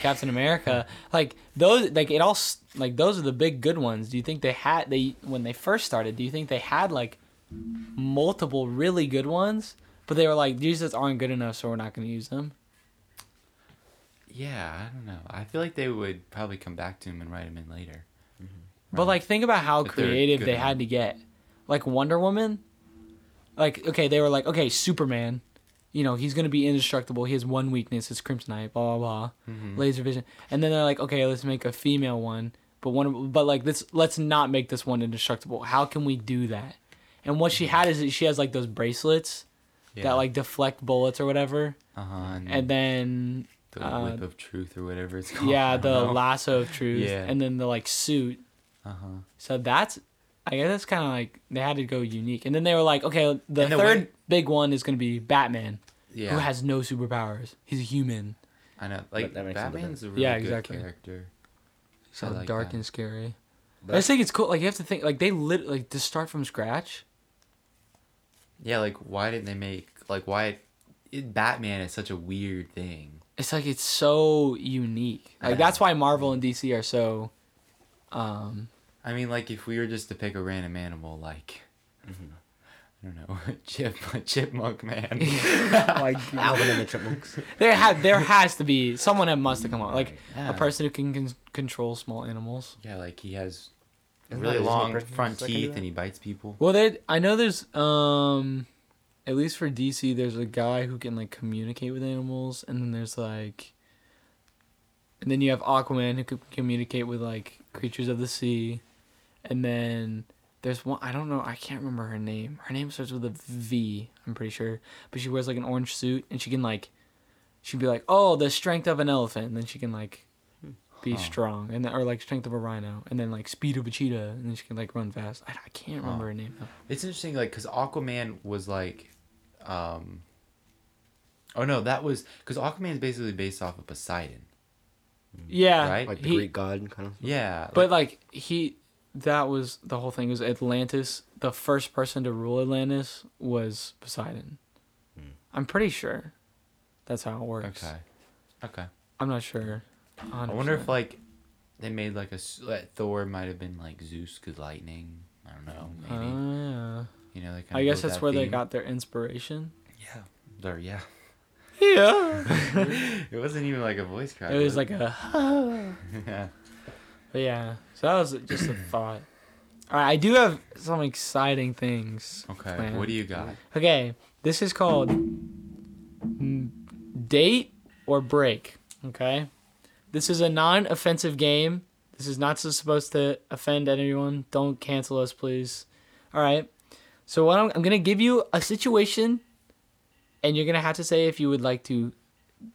Speaker 2: captain america like those like it all s- like those are the big good ones do you think they had they when they first started do you think they had like multiple really good ones but they were like these just aren't good enough so we're not going to use them
Speaker 1: Yeah, I don't know. I feel like they would probably come back to him and write him in later.
Speaker 2: But like, think about how
Speaker 1: If they're
Speaker 2: creative
Speaker 1: good
Speaker 2: they
Speaker 1: enough.
Speaker 2: had to get. Like Wonder Woman. Like okay, they were like okay, Superman. You know he's gonna be indestructible. He has one weakness: his kryptonite. Blah blah blah.
Speaker 1: Mm-hmm.
Speaker 2: Laser vision. And then they're like, okay, let's make a female one. But one, but like this, let's not make this one indestructible. How can we do that? And what she had is that she has like those bracelets
Speaker 1: Mm-hmm. Yeah.
Speaker 2: that like deflect bullets or whatever.
Speaker 1: Uh-huh, and,
Speaker 2: And then
Speaker 1: the
Speaker 2: uh,
Speaker 1: whip of truth or whatever it's called. I
Speaker 2: yeah,
Speaker 1: don't
Speaker 2: the
Speaker 1: know. Uh-huh.
Speaker 2: lasso of truth,
Speaker 1: Yeah.
Speaker 2: and then the like suit. So that's, I guess that's kind of like they had to go unique, and then they were like, okay, the,
Speaker 1: And the
Speaker 2: third
Speaker 1: way-
Speaker 2: big one is gonna be Batman,
Speaker 1: yeah.
Speaker 2: who has no superpowers. He's a human,
Speaker 1: I know. Like
Speaker 3: that makes a
Speaker 1: Batman's a really
Speaker 2: Yeah,
Speaker 1: good
Speaker 2: exactly.
Speaker 1: character.
Speaker 2: so
Speaker 1: I like
Speaker 2: dark
Speaker 1: that.
Speaker 2: and scary. I
Speaker 3: But-
Speaker 2: just think it's cool. Like you have to think, like they lit, like to start from scratch.
Speaker 1: Yeah, like why didn't they make like why it, Batman is such a weird thing.
Speaker 2: It's like it's so unique. Like that's why Marvel and DC are so. Um,
Speaker 1: I mean, like if we were just to pick a random animal, like
Speaker 2: Mm-hmm.
Speaker 1: I don't know, chip chipmunk man.
Speaker 3: Oh, Alvin and the Chipmunks.
Speaker 2: there have there has to be someone that must have come up, like
Speaker 1: Yeah.
Speaker 2: a person who can con- control small animals.
Speaker 1: yeah, like he has
Speaker 3: Isn't
Speaker 1: really
Speaker 3: that a small
Speaker 1: long
Speaker 3: person
Speaker 1: front
Speaker 3: that can do
Speaker 1: teeth
Speaker 3: that?
Speaker 1: and he bites people.
Speaker 2: Well, there. I know there's um, at least for DC, there's a guy who can like communicate with animals, and then there's like, and then you have Aquaman who can communicate with like creatures of the sea, and then there's one I don't know I can't remember her name. Her name starts with a V, I'm pretty sure, but she wears like an orange suit and she can like, she'd be like, oh, the strength of an elephant, and then she can like. Be strong, and then, or like strength of a rhino, and then like speed of a cheetah, and then she can like run fast. I, I can't remember her name. Though.
Speaker 1: It's interesting, like, because Aquaman was like, um, oh no, that was because Aquaman is basically based off of Poseidon.
Speaker 2: Yeah.
Speaker 1: Right?
Speaker 3: Like the
Speaker 2: he-
Speaker 3: Greek god, kind of.
Speaker 1: Yeah,
Speaker 2: But like he that was the whole thing was Atlantis, the first person to rule Atlantis was Poseidon.
Speaker 3: Hmm.
Speaker 2: I'm pretty sure. That's how it works.
Speaker 1: okay, okay.
Speaker 2: I'm not sure.
Speaker 1: I wonder if like they made like a s- that Thor might have been like Zeus could lightning. I don't know, maybe
Speaker 2: Ah.
Speaker 1: you know. They kinda
Speaker 2: I
Speaker 1: built
Speaker 2: guess that's
Speaker 1: that
Speaker 2: where they
Speaker 1: theme.
Speaker 2: got their inspiration.
Speaker 1: yeah. There, yeah.
Speaker 2: Yeah.
Speaker 1: It wasn't even like a voice crack.
Speaker 2: it was like a
Speaker 1: yeah.
Speaker 2: But yeah, so that was just a thought. All right, I do have some exciting things.
Speaker 1: Okay,
Speaker 2: planned.
Speaker 1: what do you got?
Speaker 2: Okay, this is called mm, Date or Break. Okay, this is a non-offensive game. This is not so- supposed to offend anyone. Don't cancel us, please. All right. So what I'm, I'm gonna give you a situation, and you're gonna have to say if you would like to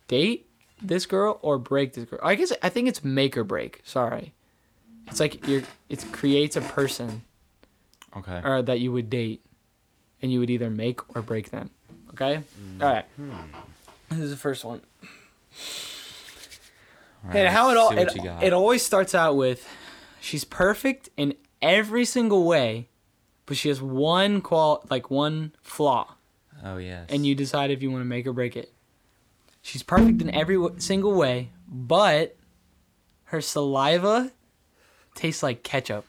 Speaker 2: date this girl or break this girl. I guess I think it's make or break. Sorry, it's like you're. It creates a person
Speaker 1: Okay.
Speaker 2: or that you would date, and you would either make or break them. Okay.
Speaker 1: Mm.
Speaker 2: All right.
Speaker 1: Hmm.
Speaker 2: This is the first one. and how it all
Speaker 1: see what
Speaker 2: it,
Speaker 1: you got.
Speaker 2: it always starts out with, she's perfect in every single way, but she has one qual like one flaw,
Speaker 1: Oh yes.
Speaker 2: and you decide if you want to make or break it. She's perfect in every w- single way, but her saliva tastes like ketchup.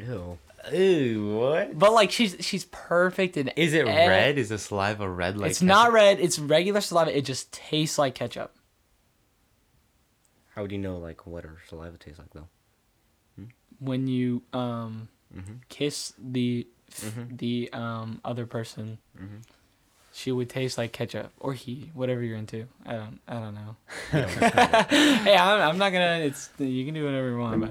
Speaker 3: Ew.
Speaker 1: Ooh, what?
Speaker 2: But like she's she's perfect in
Speaker 1: Is it
Speaker 2: e-
Speaker 1: red? Is the saliva red? Like
Speaker 2: it's not
Speaker 1: ketchup?
Speaker 2: red. It's regular saliva. It just tastes like ketchup.
Speaker 3: How would you know like what her saliva tastes like though?
Speaker 2: When you um, kiss the the um, other person, she would taste like ketchup or he, whatever you're into. I don't I don't know. hey, I'm, I'm not gonna. It's you can do whatever you want. But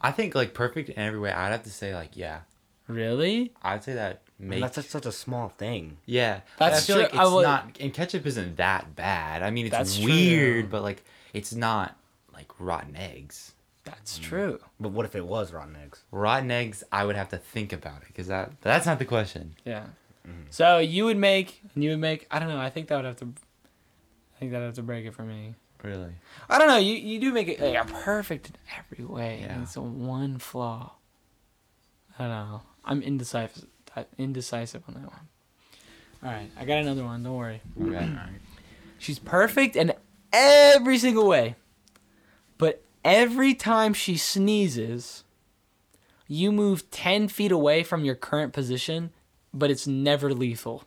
Speaker 1: I think like perfect in every way. I'd have to say like yeah.
Speaker 2: really,
Speaker 1: I'd say that
Speaker 3: And
Speaker 1: makes
Speaker 3: That's such, such a small thing.
Speaker 1: yeah.
Speaker 2: That's
Speaker 1: I feel
Speaker 2: true.
Speaker 1: like it's
Speaker 2: I will-
Speaker 1: not and ketchup isn't that bad. I mean it's
Speaker 2: That's true.
Speaker 1: weird, but like it's not like rotten eggs.
Speaker 2: that's true.
Speaker 3: But what if it was rotten eggs?
Speaker 1: Rotten eggs, I would have to think about it because that that's not the question.
Speaker 2: Yeah. So you would make and you would make. I don't know. I think that would have to. I think that would have to break it for me.
Speaker 1: Really?
Speaker 2: I don't know. You you do make it like, perfect in every way.
Speaker 1: Yeah.
Speaker 2: And it's the one flaw. I don't know. I'm indecisive uh, indecisive on that one. All right, I got another one. Don't worry.
Speaker 1: Okay. All right.
Speaker 2: She's perfect in every single way. But every time she sneezes, you move 10 feet away from your current position, but it's never lethal.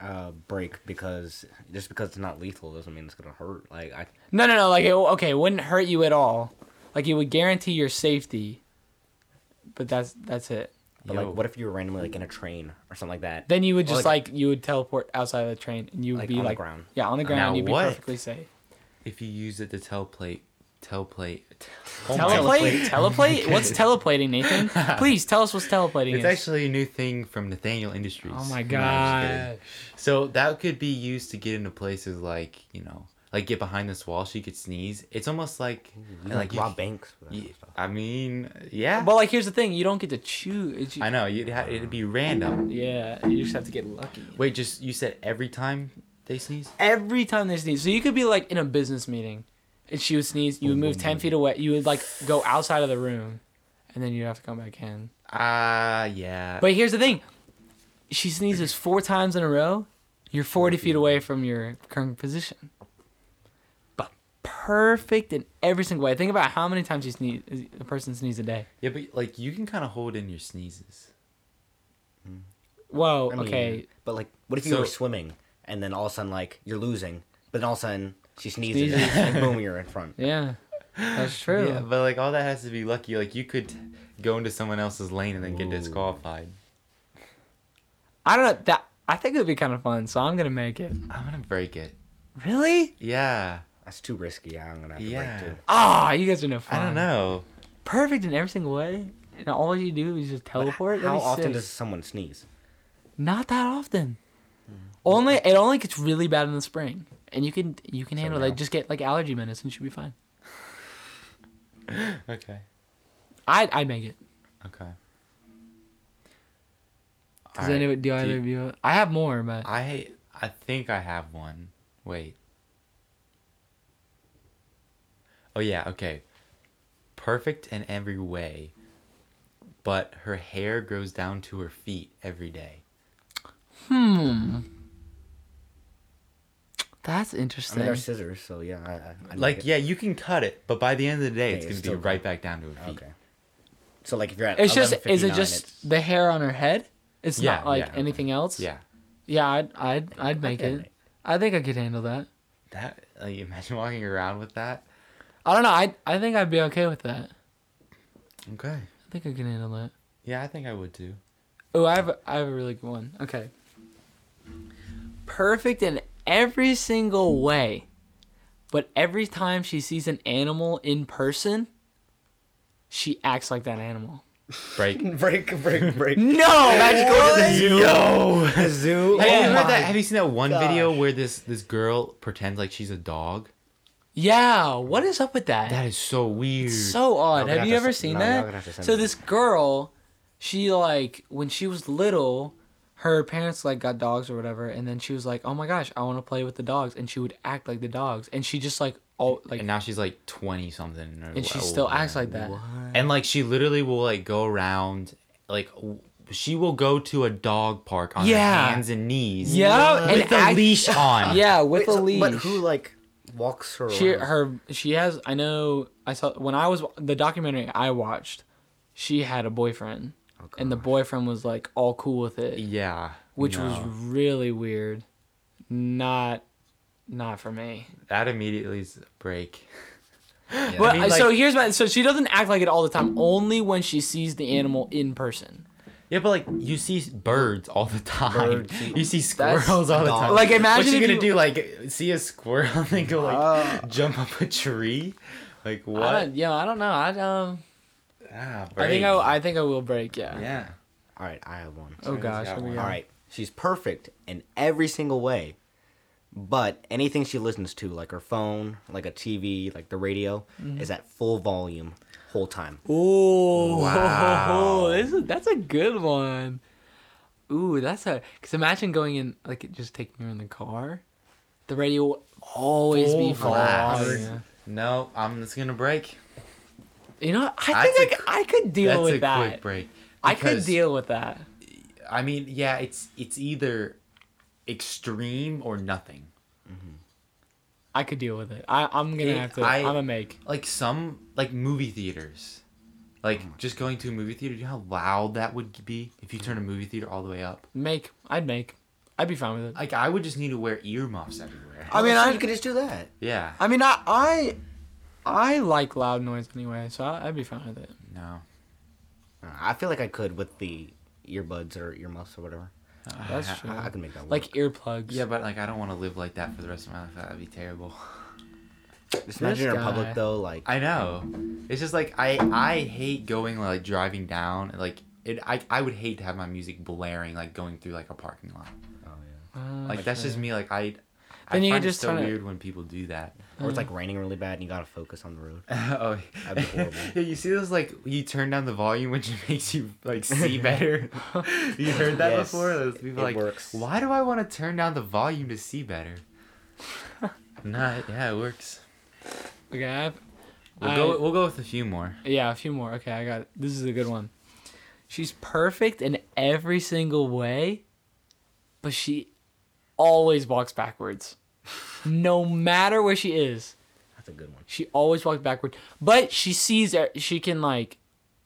Speaker 3: uh, break because just because it's not lethal doesn't mean it's gonna hurt. Like I,
Speaker 2: No, no, no. Like, it, okay, it wouldn't hurt you at all. Like, it would guarantee your safety. But that's that's it.
Speaker 3: but
Speaker 1: Yo.
Speaker 3: like, what if you were randomly like in a train or something like that?
Speaker 2: Then you would
Speaker 3: Or,
Speaker 2: just like, you would teleport outside of the train and you would
Speaker 3: Like,
Speaker 2: be
Speaker 3: on the
Speaker 2: like
Speaker 3: ground.
Speaker 2: yeah on the ground
Speaker 1: Now
Speaker 2: you'd
Speaker 1: what?
Speaker 2: be perfectly safe.
Speaker 1: If you use it to teleplate, teleplate. Oh
Speaker 2: teleplate, teleplate. What's teleplating, Nathan? Please tell us what's teleplating
Speaker 1: It's
Speaker 2: is.
Speaker 1: actually a new thing from Nathaniel Industries.
Speaker 2: Oh my
Speaker 1: No, I'm just kidding.
Speaker 2: god.
Speaker 1: So that could be used to get into places like you know, like get behind this wall. She could sneeze. It's almost like
Speaker 3: you
Speaker 1: like
Speaker 3: like
Speaker 1: you-
Speaker 3: rob banks. With that
Speaker 1: y-
Speaker 3: kind of stuff.
Speaker 1: I mean, yeah.
Speaker 2: But like, here's the thing: you don't get to choose. It's
Speaker 1: I know you'd ha- it'd be random.
Speaker 2: Yeah, you just have to get lucky.
Speaker 1: Wait, just you said every time they sneeze.
Speaker 2: Every time they sneeze, so you could be like in a business meeting, and she would sneeze. You would
Speaker 1: Oh,
Speaker 2: move ten feet away. You would like go outside of the room, and then you'd have to come back in.
Speaker 1: Ah, yeah.
Speaker 2: But here's the thing: she sneezes four times in a row. You're forty feet away from your current position. But perfect in every single way. Think about how many times you sneeze. A person sneezes a day.
Speaker 1: yeah, but like you can kind of hold in your sneezes.
Speaker 2: Whoa.
Speaker 3: I mean,
Speaker 2: okay.
Speaker 3: but like, what if you were
Speaker 1: So-
Speaker 3: swimming and then all of a sudden like you're losing, but then all of a sudden she sneezes,
Speaker 2: Sneezes.
Speaker 3: and boom, you're in front.
Speaker 2: Yeah. That's true.
Speaker 1: Yeah, but like all that has to be lucky. Like you could go into someone else's lane and then get
Speaker 3: Ooh.
Speaker 1: disqualified.
Speaker 2: I don't know that. I think it would be kind of fun, so I'm gonna make it.
Speaker 1: I'm gonna break it.
Speaker 2: Really?
Speaker 1: Yeah.
Speaker 3: That's too risky. I'm gonna have to
Speaker 1: Yeah.
Speaker 3: break too.
Speaker 2: Ah, you guys are no fun.
Speaker 1: I don't know.
Speaker 2: Perfect in every single way, and all you do is just teleport.
Speaker 3: How
Speaker 2: That'd be
Speaker 3: often
Speaker 2: sick.
Speaker 3: does someone sneeze?
Speaker 2: Not that often. Only it only gets really bad in the spring, and you can you can handle
Speaker 3: now.
Speaker 2: that. Just get like allergy medicine, should be fine.
Speaker 1: Okay.
Speaker 2: I I make it.
Speaker 1: Okay.
Speaker 2: Does
Speaker 1: Alright,
Speaker 2: anyone do
Speaker 1: do
Speaker 2: either
Speaker 1: you-
Speaker 2: of you? I have more, but
Speaker 1: I I think I have one. Wait. Oh yeah, okay. Perfect in every way, but her hair grows down to her feet every day.
Speaker 2: hmm. That's
Speaker 3: I
Speaker 2: interesting.
Speaker 3: mean, they're scissors, so yeah. I, I, I
Speaker 1: Like
Speaker 3: make it.
Speaker 1: yeah, you can cut it, but by the end of the day,
Speaker 3: Yeah,
Speaker 1: it's
Speaker 3: it's
Speaker 1: gonna be
Speaker 3: still-
Speaker 1: right back down to her feet.
Speaker 3: Okay. So like if you're at
Speaker 2: it's just is it
Speaker 3: 11:59,
Speaker 2: just
Speaker 3: it's-
Speaker 2: the hair on her head? It's
Speaker 1: Yeah,
Speaker 2: not like
Speaker 1: yeah.
Speaker 2: anything else.
Speaker 1: Yeah,
Speaker 2: Yeah, I'd I'd, I'd make
Speaker 3: can
Speaker 2: it.
Speaker 3: make-
Speaker 2: I think I could handle that.
Speaker 1: that like imagine walking around with that.
Speaker 2: I don't know. I I think I'd be okay with that.
Speaker 1: Okay.
Speaker 2: I think I can handle that.
Speaker 1: Yeah, I think I would too.
Speaker 2: Oh, I have a, I have a really good one. Okay. Perfect in every single way, but every time she sees an animal in person, she acts like that animal.
Speaker 1: Break.
Speaker 3: break, break, break.
Speaker 2: No,
Speaker 3: Imagine going to the zoo.
Speaker 1: Yo.
Speaker 3: The zoo.
Speaker 1: Have, you
Speaker 2: Oh
Speaker 1: heard
Speaker 2: my
Speaker 1: that? Have you seen that one video
Speaker 3: gosh.
Speaker 1: where this this girl pretends like she's a dog?
Speaker 2: Yeah, what is up with that?
Speaker 1: That is so weird.
Speaker 2: so odd.
Speaker 3: Y'all gonna
Speaker 2: Have you
Speaker 3: have to
Speaker 2: ever
Speaker 3: s-
Speaker 2: seen
Speaker 3: no, y'all gonna
Speaker 2: that?
Speaker 3: have to send
Speaker 2: So
Speaker 3: me.
Speaker 2: this girl, she like when she was little, her parents like got dogs or whatever, and then she was like, "Oh my gosh, I want to play with the dogs," and she would act like the dogs, and she just like all like,
Speaker 1: and now she's like 20 something
Speaker 2: and she still acts like that.
Speaker 1: and like she literally will like go around like w- she will go to a dog park on
Speaker 2: Yeah.
Speaker 1: her hands and knees
Speaker 2: Yeah,
Speaker 1: with
Speaker 2: and
Speaker 1: the
Speaker 2: act-
Speaker 1: leash on
Speaker 2: Yeah, with
Speaker 3: Wait,
Speaker 2: a
Speaker 3: so-
Speaker 2: leash.
Speaker 3: But who like walks her?
Speaker 2: She
Speaker 3: around?
Speaker 2: her she has. I know. I saw when I was the documentary I watched. She had a boyfriend,
Speaker 3: Oh,
Speaker 2: and the boyfriend was like all cool with it,
Speaker 1: yeah
Speaker 2: which was
Speaker 1: no.
Speaker 2: really weird. Not, not for me.
Speaker 1: that immediately is a break
Speaker 2: But
Speaker 1: I mean,
Speaker 2: so
Speaker 1: like-
Speaker 2: here's my. So she doesn't act like it all the time. Only when she sees the animal in person.
Speaker 1: yeah but like you see birds all the time
Speaker 3: Birds.
Speaker 1: you see squirrels all the
Speaker 3: Dogs.
Speaker 1: time
Speaker 2: Like,
Speaker 1: what
Speaker 2: imagine
Speaker 1: you
Speaker 2: if
Speaker 1: gonna
Speaker 2: you-
Speaker 1: do like see a squirrel and then go like jump up a tree like what
Speaker 2: I don't, yeah, I don't know. I um.
Speaker 1: ah,
Speaker 2: I think
Speaker 1: break.
Speaker 2: I. I think I will break. Yeah.
Speaker 1: yeah
Speaker 3: All right, I have one.
Speaker 2: Oh
Speaker 1: Someone's
Speaker 2: gosh.
Speaker 1: got
Speaker 2: here we
Speaker 1: one.
Speaker 2: go.
Speaker 3: All right, she's perfect in every single way, but anything she listens to, like her phone, like a TV, like the radio,
Speaker 2: Mm-hmm.
Speaker 3: is at full volume whole time.
Speaker 2: Ooh,
Speaker 1: Wow.
Speaker 2: this is, that's a good one. Ooh, that's a. Cause imagine going in, like, it just taking her in the car, The radio will always be full.
Speaker 1: Relax.
Speaker 2: Yeah.
Speaker 1: No, I'm just gonna break.
Speaker 2: You know, what? I
Speaker 1: That's
Speaker 2: think I
Speaker 1: a
Speaker 2: c- I could deal
Speaker 1: That's a
Speaker 2: with that.
Speaker 1: quick break.
Speaker 2: I could
Speaker 1: Because,
Speaker 2: deal with that.
Speaker 1: I mean, yeah, it's it's either extreme or nothing.
Speaker 2: I could deal with it. I, I'm gonna
Speaker 1: It-
Speaker 2: have to. I,
Speaker 1: I-
Speaker 2: am gonna make.
Speaker 1: Like some like movie theaters, like just going to a movie theater. Do you know how loud that would be if you turn a movie theater all the way up?
Speaker 2: Make. I'd make. I'd be fine with it.
Speaker 1: Like I would just need to wear earmuffs everywhere.
Speaker 2: I mean,
Speaker 3: so
Speaker 2: I.
Speaker 3: you could just do that.
Speaker 1: Yeah.
Speaker 2: I mean, I. I, I like loud noise anyway, so I, I'd be fine with it.
Speaker 1: No.
Speaker 3: Uh, I feel like I could with the earbuds or earmuffs or whatever.
Speaker 2: That's
Speaker 1: I-
Speaker 2: true.
Speaker 3: I, I can make that work.
Speaker 2: like earplugs.
Speaker 1: Yeah, but like I don't want to live like that for the rest of my life. That'd be terrible.
Speaker 3: just imagine in
Speaker 2: guy.
Speaker 3: public though, like
Speaker 1: I know. It's just like I I hate going like driving down and, like it. I I would hate to have my music blaring like going through like a parking lot.
Speaker 3: oh yeah,
Speaker 2: Ah,
Speaker 1: Like that's
Speaker 2: okay.
Speaker 1: just me. Like I.
Speaker 2: Then
Speaker 1: I
Speaker 2: you could
Speaker 1: find
Speaker 2: just
Speaker 1: it so
Speaker 2: turn it-
Speaker 1: weird when people do that.
Speaker 3: or it's like
Speaker 2: Uh-huh.
Speaker 3: raining really bad and you gotta focus on the road.
Speaker 1: oh,
Speaker 3: That'd be horrible.
Speaker 1: yeah, you see those like you turn down the volume, which makes you like see better. you heard that
Speaker 3: Yes,
Speaker 1: before? Those people
Speaker 3: it
Speaker 1: like,
Speaker 3: works.
Speaker 1: why do I want to turn down the volume to see better? nah, yeah, it works.
Speaker 2: Okay. I have,
Speaker 1: We'll
Speaker 2: I-
Speaker 1: go. We'll go with a few more.
Speaker 2: Yeah, a few more. Okay, I got this is a good one. She's perfect in every single way, but she always walks backwards. no matter where she is,
Speaker 3: That's a good one.
Speaker 2: she always walks backward. But she sees e- she can like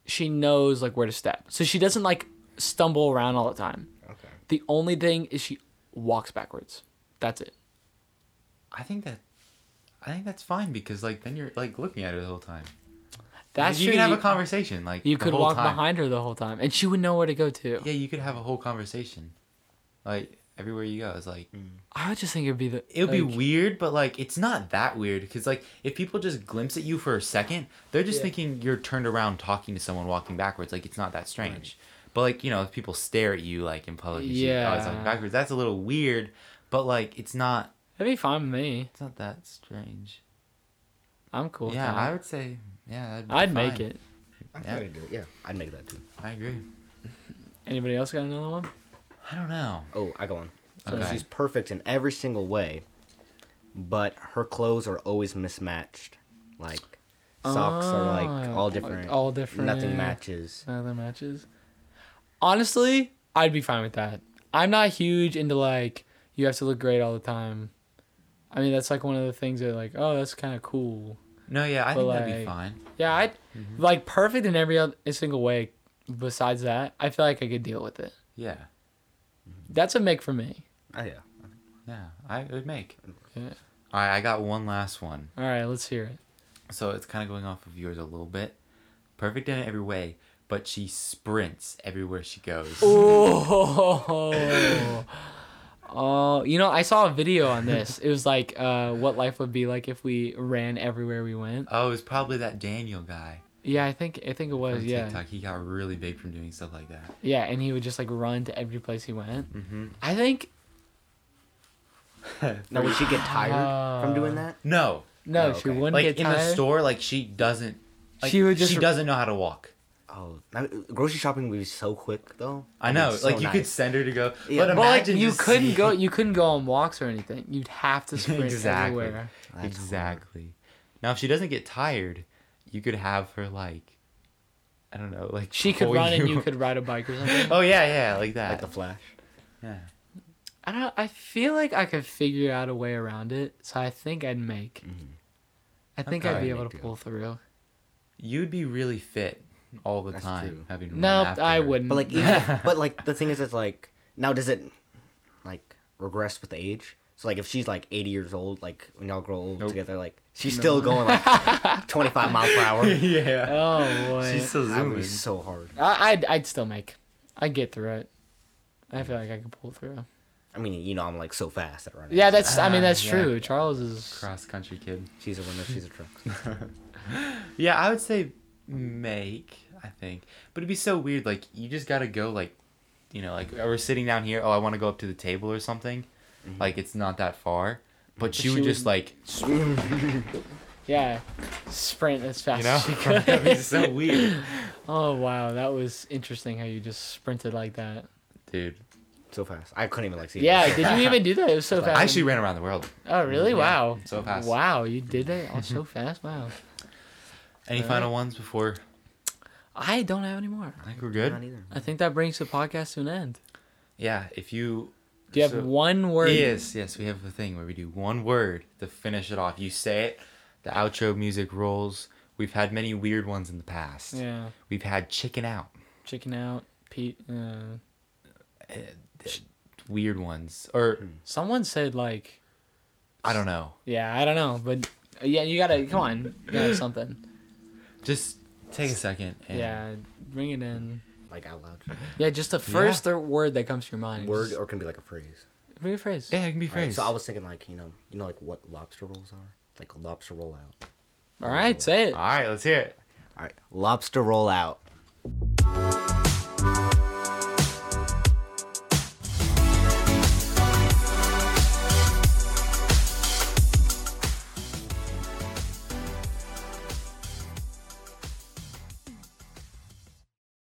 Speaker 2: she knows like where to step. So she doesn't like stumble around all the time.
Speaker 3: Okay.
Speaker 2: The only thing is she walks backwards. That's it.
Speaker 1: I think that. I think that's fine because like then you're like looking at her the whole time.
Speaker 2: That's
Speaker 1: you
Speaker 2: true.
Speaker 1: can have
Speaker 2: you,
Speaker 1: a conversation like
Speaker 2: you
Speaker 1: the
Speaker 2: could
Speaker 1: whole
Speaker 2: walk
Speaker 1: time.
Speaker 2: behind her the whole time and she would know where to go to.
Speaker 1: Yeah, you could have a whole conversation, like everywhere you go. It's like
Speaker 2: I would just think it would be the
Speaker 1: it would be
Speaker 2: like-
Speaker 1: weird, but like it's not that weird because like if people just glimpse at you for a second, they're just
Speaker 2: Yeah.
Speaker 1: thinking you're turned around talking to someone walking backwards. Like it's not that strange. But like you know, if people stare at you like in public, yeah, always
Speaker 2: Yeah.
Speaker 1: walking backwards. That's a little weird, but like it's not.
Speaker 2: That'd be fine with me.
Speaker 1: It's not that strange.
Speaker 2: I'm cool.
Speaker 1: yeah, I
Speaker 2: with
Speaker 1: would say. Yeah, that'd
Speaker 2: that.
Speaker 1: be
Speaker 2: I'd make
Speaker 1: fine.
Speaker 2: it.
Speaker 3: I
Speaker 1: Yeah.
Speaker 3: think I'd do it. Yeah, I'd make that too.
Speaker 1: I agree.
Speaker 2: Anybody else got another one?
Speaker 1: I don't know.
Speaker 3: Oh, I got one. So
Speaker 1: Okay.
Speaker 3: She's perfect in every single way, but her clothes are always mismatched. Like socks are
Speaker 1: Ah,
Speaker 3: like
Speaker 2: Oh,
Speaker 3: all
Speaker 2: like,
Speaker 3: different.
Speaker 2: all different.
Speaker 3: Nothing matches.
Speaker 2: Other matches. Honestly, I'd be fine with that. I'm not huge into like you have to look great all the time. I mean, that's like one of the things that like, oh, that's kind of cool.
Speaker 1: No, yeah, I
Speaker 2: But,
Speaker 1: think that'd be
Speaker 2: like,
Speaker 1: fine.
Speaker 2: Yeah, I'd
Speaker 3: Mm-hmm.
Speaker 2: like perfect in every other single way. Besides that, I feel like I could deal with it.
Speaker 1: Yeah,
Speaker 2: That's a make for me.
Speaker 3: Oh yeah.
Speaker 1: yeah, I it would make.
Speaker 2: Yeah.
Speaker 1: All right, I got one last one.
Speaker 2: All right, let's hear it.
Speaker 1: So it's kind of going off of yours a little bit. Perfect in every way, but she sprints everywhere she goes.
Speaker 2: Oh. Oh, you know, I saw a video on this. It was like, uh, what life would be like if we ran everywhere we went.
Speaker 1: Oh, it's probably that Daniel guy
Speaker 2: Yeah, I think I think it was.
Speaker 1: from
Speaker 2: Yeah,
Speaker 1: TikTok. He got really big from doing stuff like that.
Speaker 2: yeah, and he would just like run to every place he went.
Speaker 1: Mm-hmm.
Speaker 2: I think
Speaker 3: Now would she get tired
Speaker 1: Ah.
Speaker 3: from doing that?
Speaker 1: No,
Speaker 2: no,
Speaker 3: Oh,
Speaker 2: she
Speaker 3: okay.
Speaker 2: wouldn't
Speaker 1: like
Speaker 2: get
Speaker 1: in
Speaker 2: tired.
Speaker 1: the store, like she doesn't. Like,
Speaker 2: She
Speaker 1: she
Speaker 2: would just-
Speaker 1: doesn't know how to walk.
Speaker 3: Oh, I- grocery shopping would be so quick though.
Speaker 1: I
Speaker 3: That'd
Speaker 1: know.
Speaker 3: be so
Speaker 1: like you could
Speaker 3: nice.
Speaker 1: send her to go.
Speaker 3: Yeah.
Speaker 1: But
Speaker 2: Well, like
Speaker 1: imagine
Speaker 2: you
Speaker 1: just
Speaker 2: couldn't
Speaker 1: seeing-
Speaker 2: go, you couldn't go on walks or anything. You'd have to sprint
Speaker 1: exactly.
Speaker 2: everywhere.
Speaker 3: That's hard.
Speaker 1: exactly. Now, if she doesn't get tired, you could have her like, I don't know, like
Speaker 2: She could
Speaker 1: pull
Speaker 2: run and you could ride a bike or something.
Speaker 1: Oh yeah, yeah, like
Speaker 3: Like
Speaker 1: that.
Speaker 3: the Flash.
Speaker 1: yeah.
Speaker 2: I don't. I feel like I could figure out a way around it, so I think I'd make.
Speaker 1: Mm-hmm.
Speaker 2: I think I'd
Speaker 1: Okay.
Speaker 2: be able
Speaker 3: Make
Speaker 2: to
Speaker 3: do.
Speaker 2: pull through.
Speaker 1: You'd be really fit all the
Speaker 3: That's
Speaker 1: time.
Speaker 3: true.
Speaker 1: Having to run
Speaker 2: No,
Speaker 1: after
Speaker 2: I
Speaker 1: her.
Speaker 2: wouldn't.
Speaker 3: But like, even if- but like the thing is, it's like now does it like regress with age? So like if she's like 80 years old, like when y'all grow old
Speaker 1: Nope.
Speaker 3: together, like she's still going like 25 miles per hour.
Speaker 1: yeah.
Speaker 2: oh boy,
Speaker 1: She's still
Speaker 3: That would
Speaker 1: zooming.
Speaker 3: be so hard.
Speaker 2: I, I'd I'd still make. I'd get through it. I feel like I could pull through.
Speaker 3: I mean, you know, I'm like so fast at running.
Speaker 2: Yeah, that's. I mean,
Speaker 1: Ah,
Speaker 2: that's
Speaker 1: yeah.
Speaker 2: true. Charles is.
Speaker 1: Cross country kid.
Speaker 3: She's a runner. She's a truck.
Speaker 1: Yeah, I would say make, I think. But it'd be so weird. Like, you just gotta go, like, you know, like, we're sitting down here. Oh, I wanna go up to the table or something. Like, it's not that far. But she,
Speaker 2: she
Speaker 1: would
Speaker 2: would-
Speaker 1: just, like,
Speaker 2: Yeah, sprint as fast
Speaker 1: you know?
Speaker 2: as she
Speaker 1: That'd be
Speaker 2: could.
Speaker 1: so weird.
Speaker 2: oh wow, that was interesting how you just sprinted like that.
Speaker 1: Dude,
Speaker 3: so fast. I couldn't even like see.
Speaker 2: Yeah,
Speaker 3: this.
Speaker 2: did you even do that? It was so fast.
Speaker 1: I actually ran around the world.
Speaker 2: oh, really? wow.
Speaker 1: so fast.
Speaker 2: Wow, you did that all so fast. Wow.
Speaker 1: Any final ones before?
Speaker 2: I don't have any more.
Speaker 1: I think we're good.
Speaker 3: Not either.
Speaker 2: I think that brings the podcast to an end.
Speaker 1: Yeah, if you.
Speaker 2: Do you have
Speaker 1: So-
Speaker 2: one word?
Speaker 1: Yes, yes, we have a thing where we do one word to finish it off. You say it, the outro music rolls. We've had many weird ones in the past.
Speaker 2: Yeah.
Speaker 1: We've had chicken out,
Speaker 2: Chicken out. Pete. Uh,
Speaker 1: weird ones,
Speaker 3: Hmm.
Speaker 1: or
Speaker 2: someone said like.
Speaker 1: I don't know.
Speaker 2: Yeah, I don't know, but uh, yeah, you gotta come on. You gotta have something.
Speaker 1: Just take a second. And
Speaker 2: Yeah, bring it in.
Speaker 3: Like out loud.
Speaker 2: Yeah, just the first or word that comes to your mind.
Speaker 3: Word
Speaker 2: Just
Speaker 3: or it can be like a phrase.
Speaker 2: rephrase.
Speaker 1: Yeah, it can be
Speaker 3: Alright,
Speaker 1: phrased.
Speaker 3: so I was thinking like you know you know like what lobster rolls are like a lobster roll out.
Speaker 2: All right, say it.
Speaker 1: All right, let's hear it.
Speaker 3: All right, lobster roll out.
Speaker 4: Thank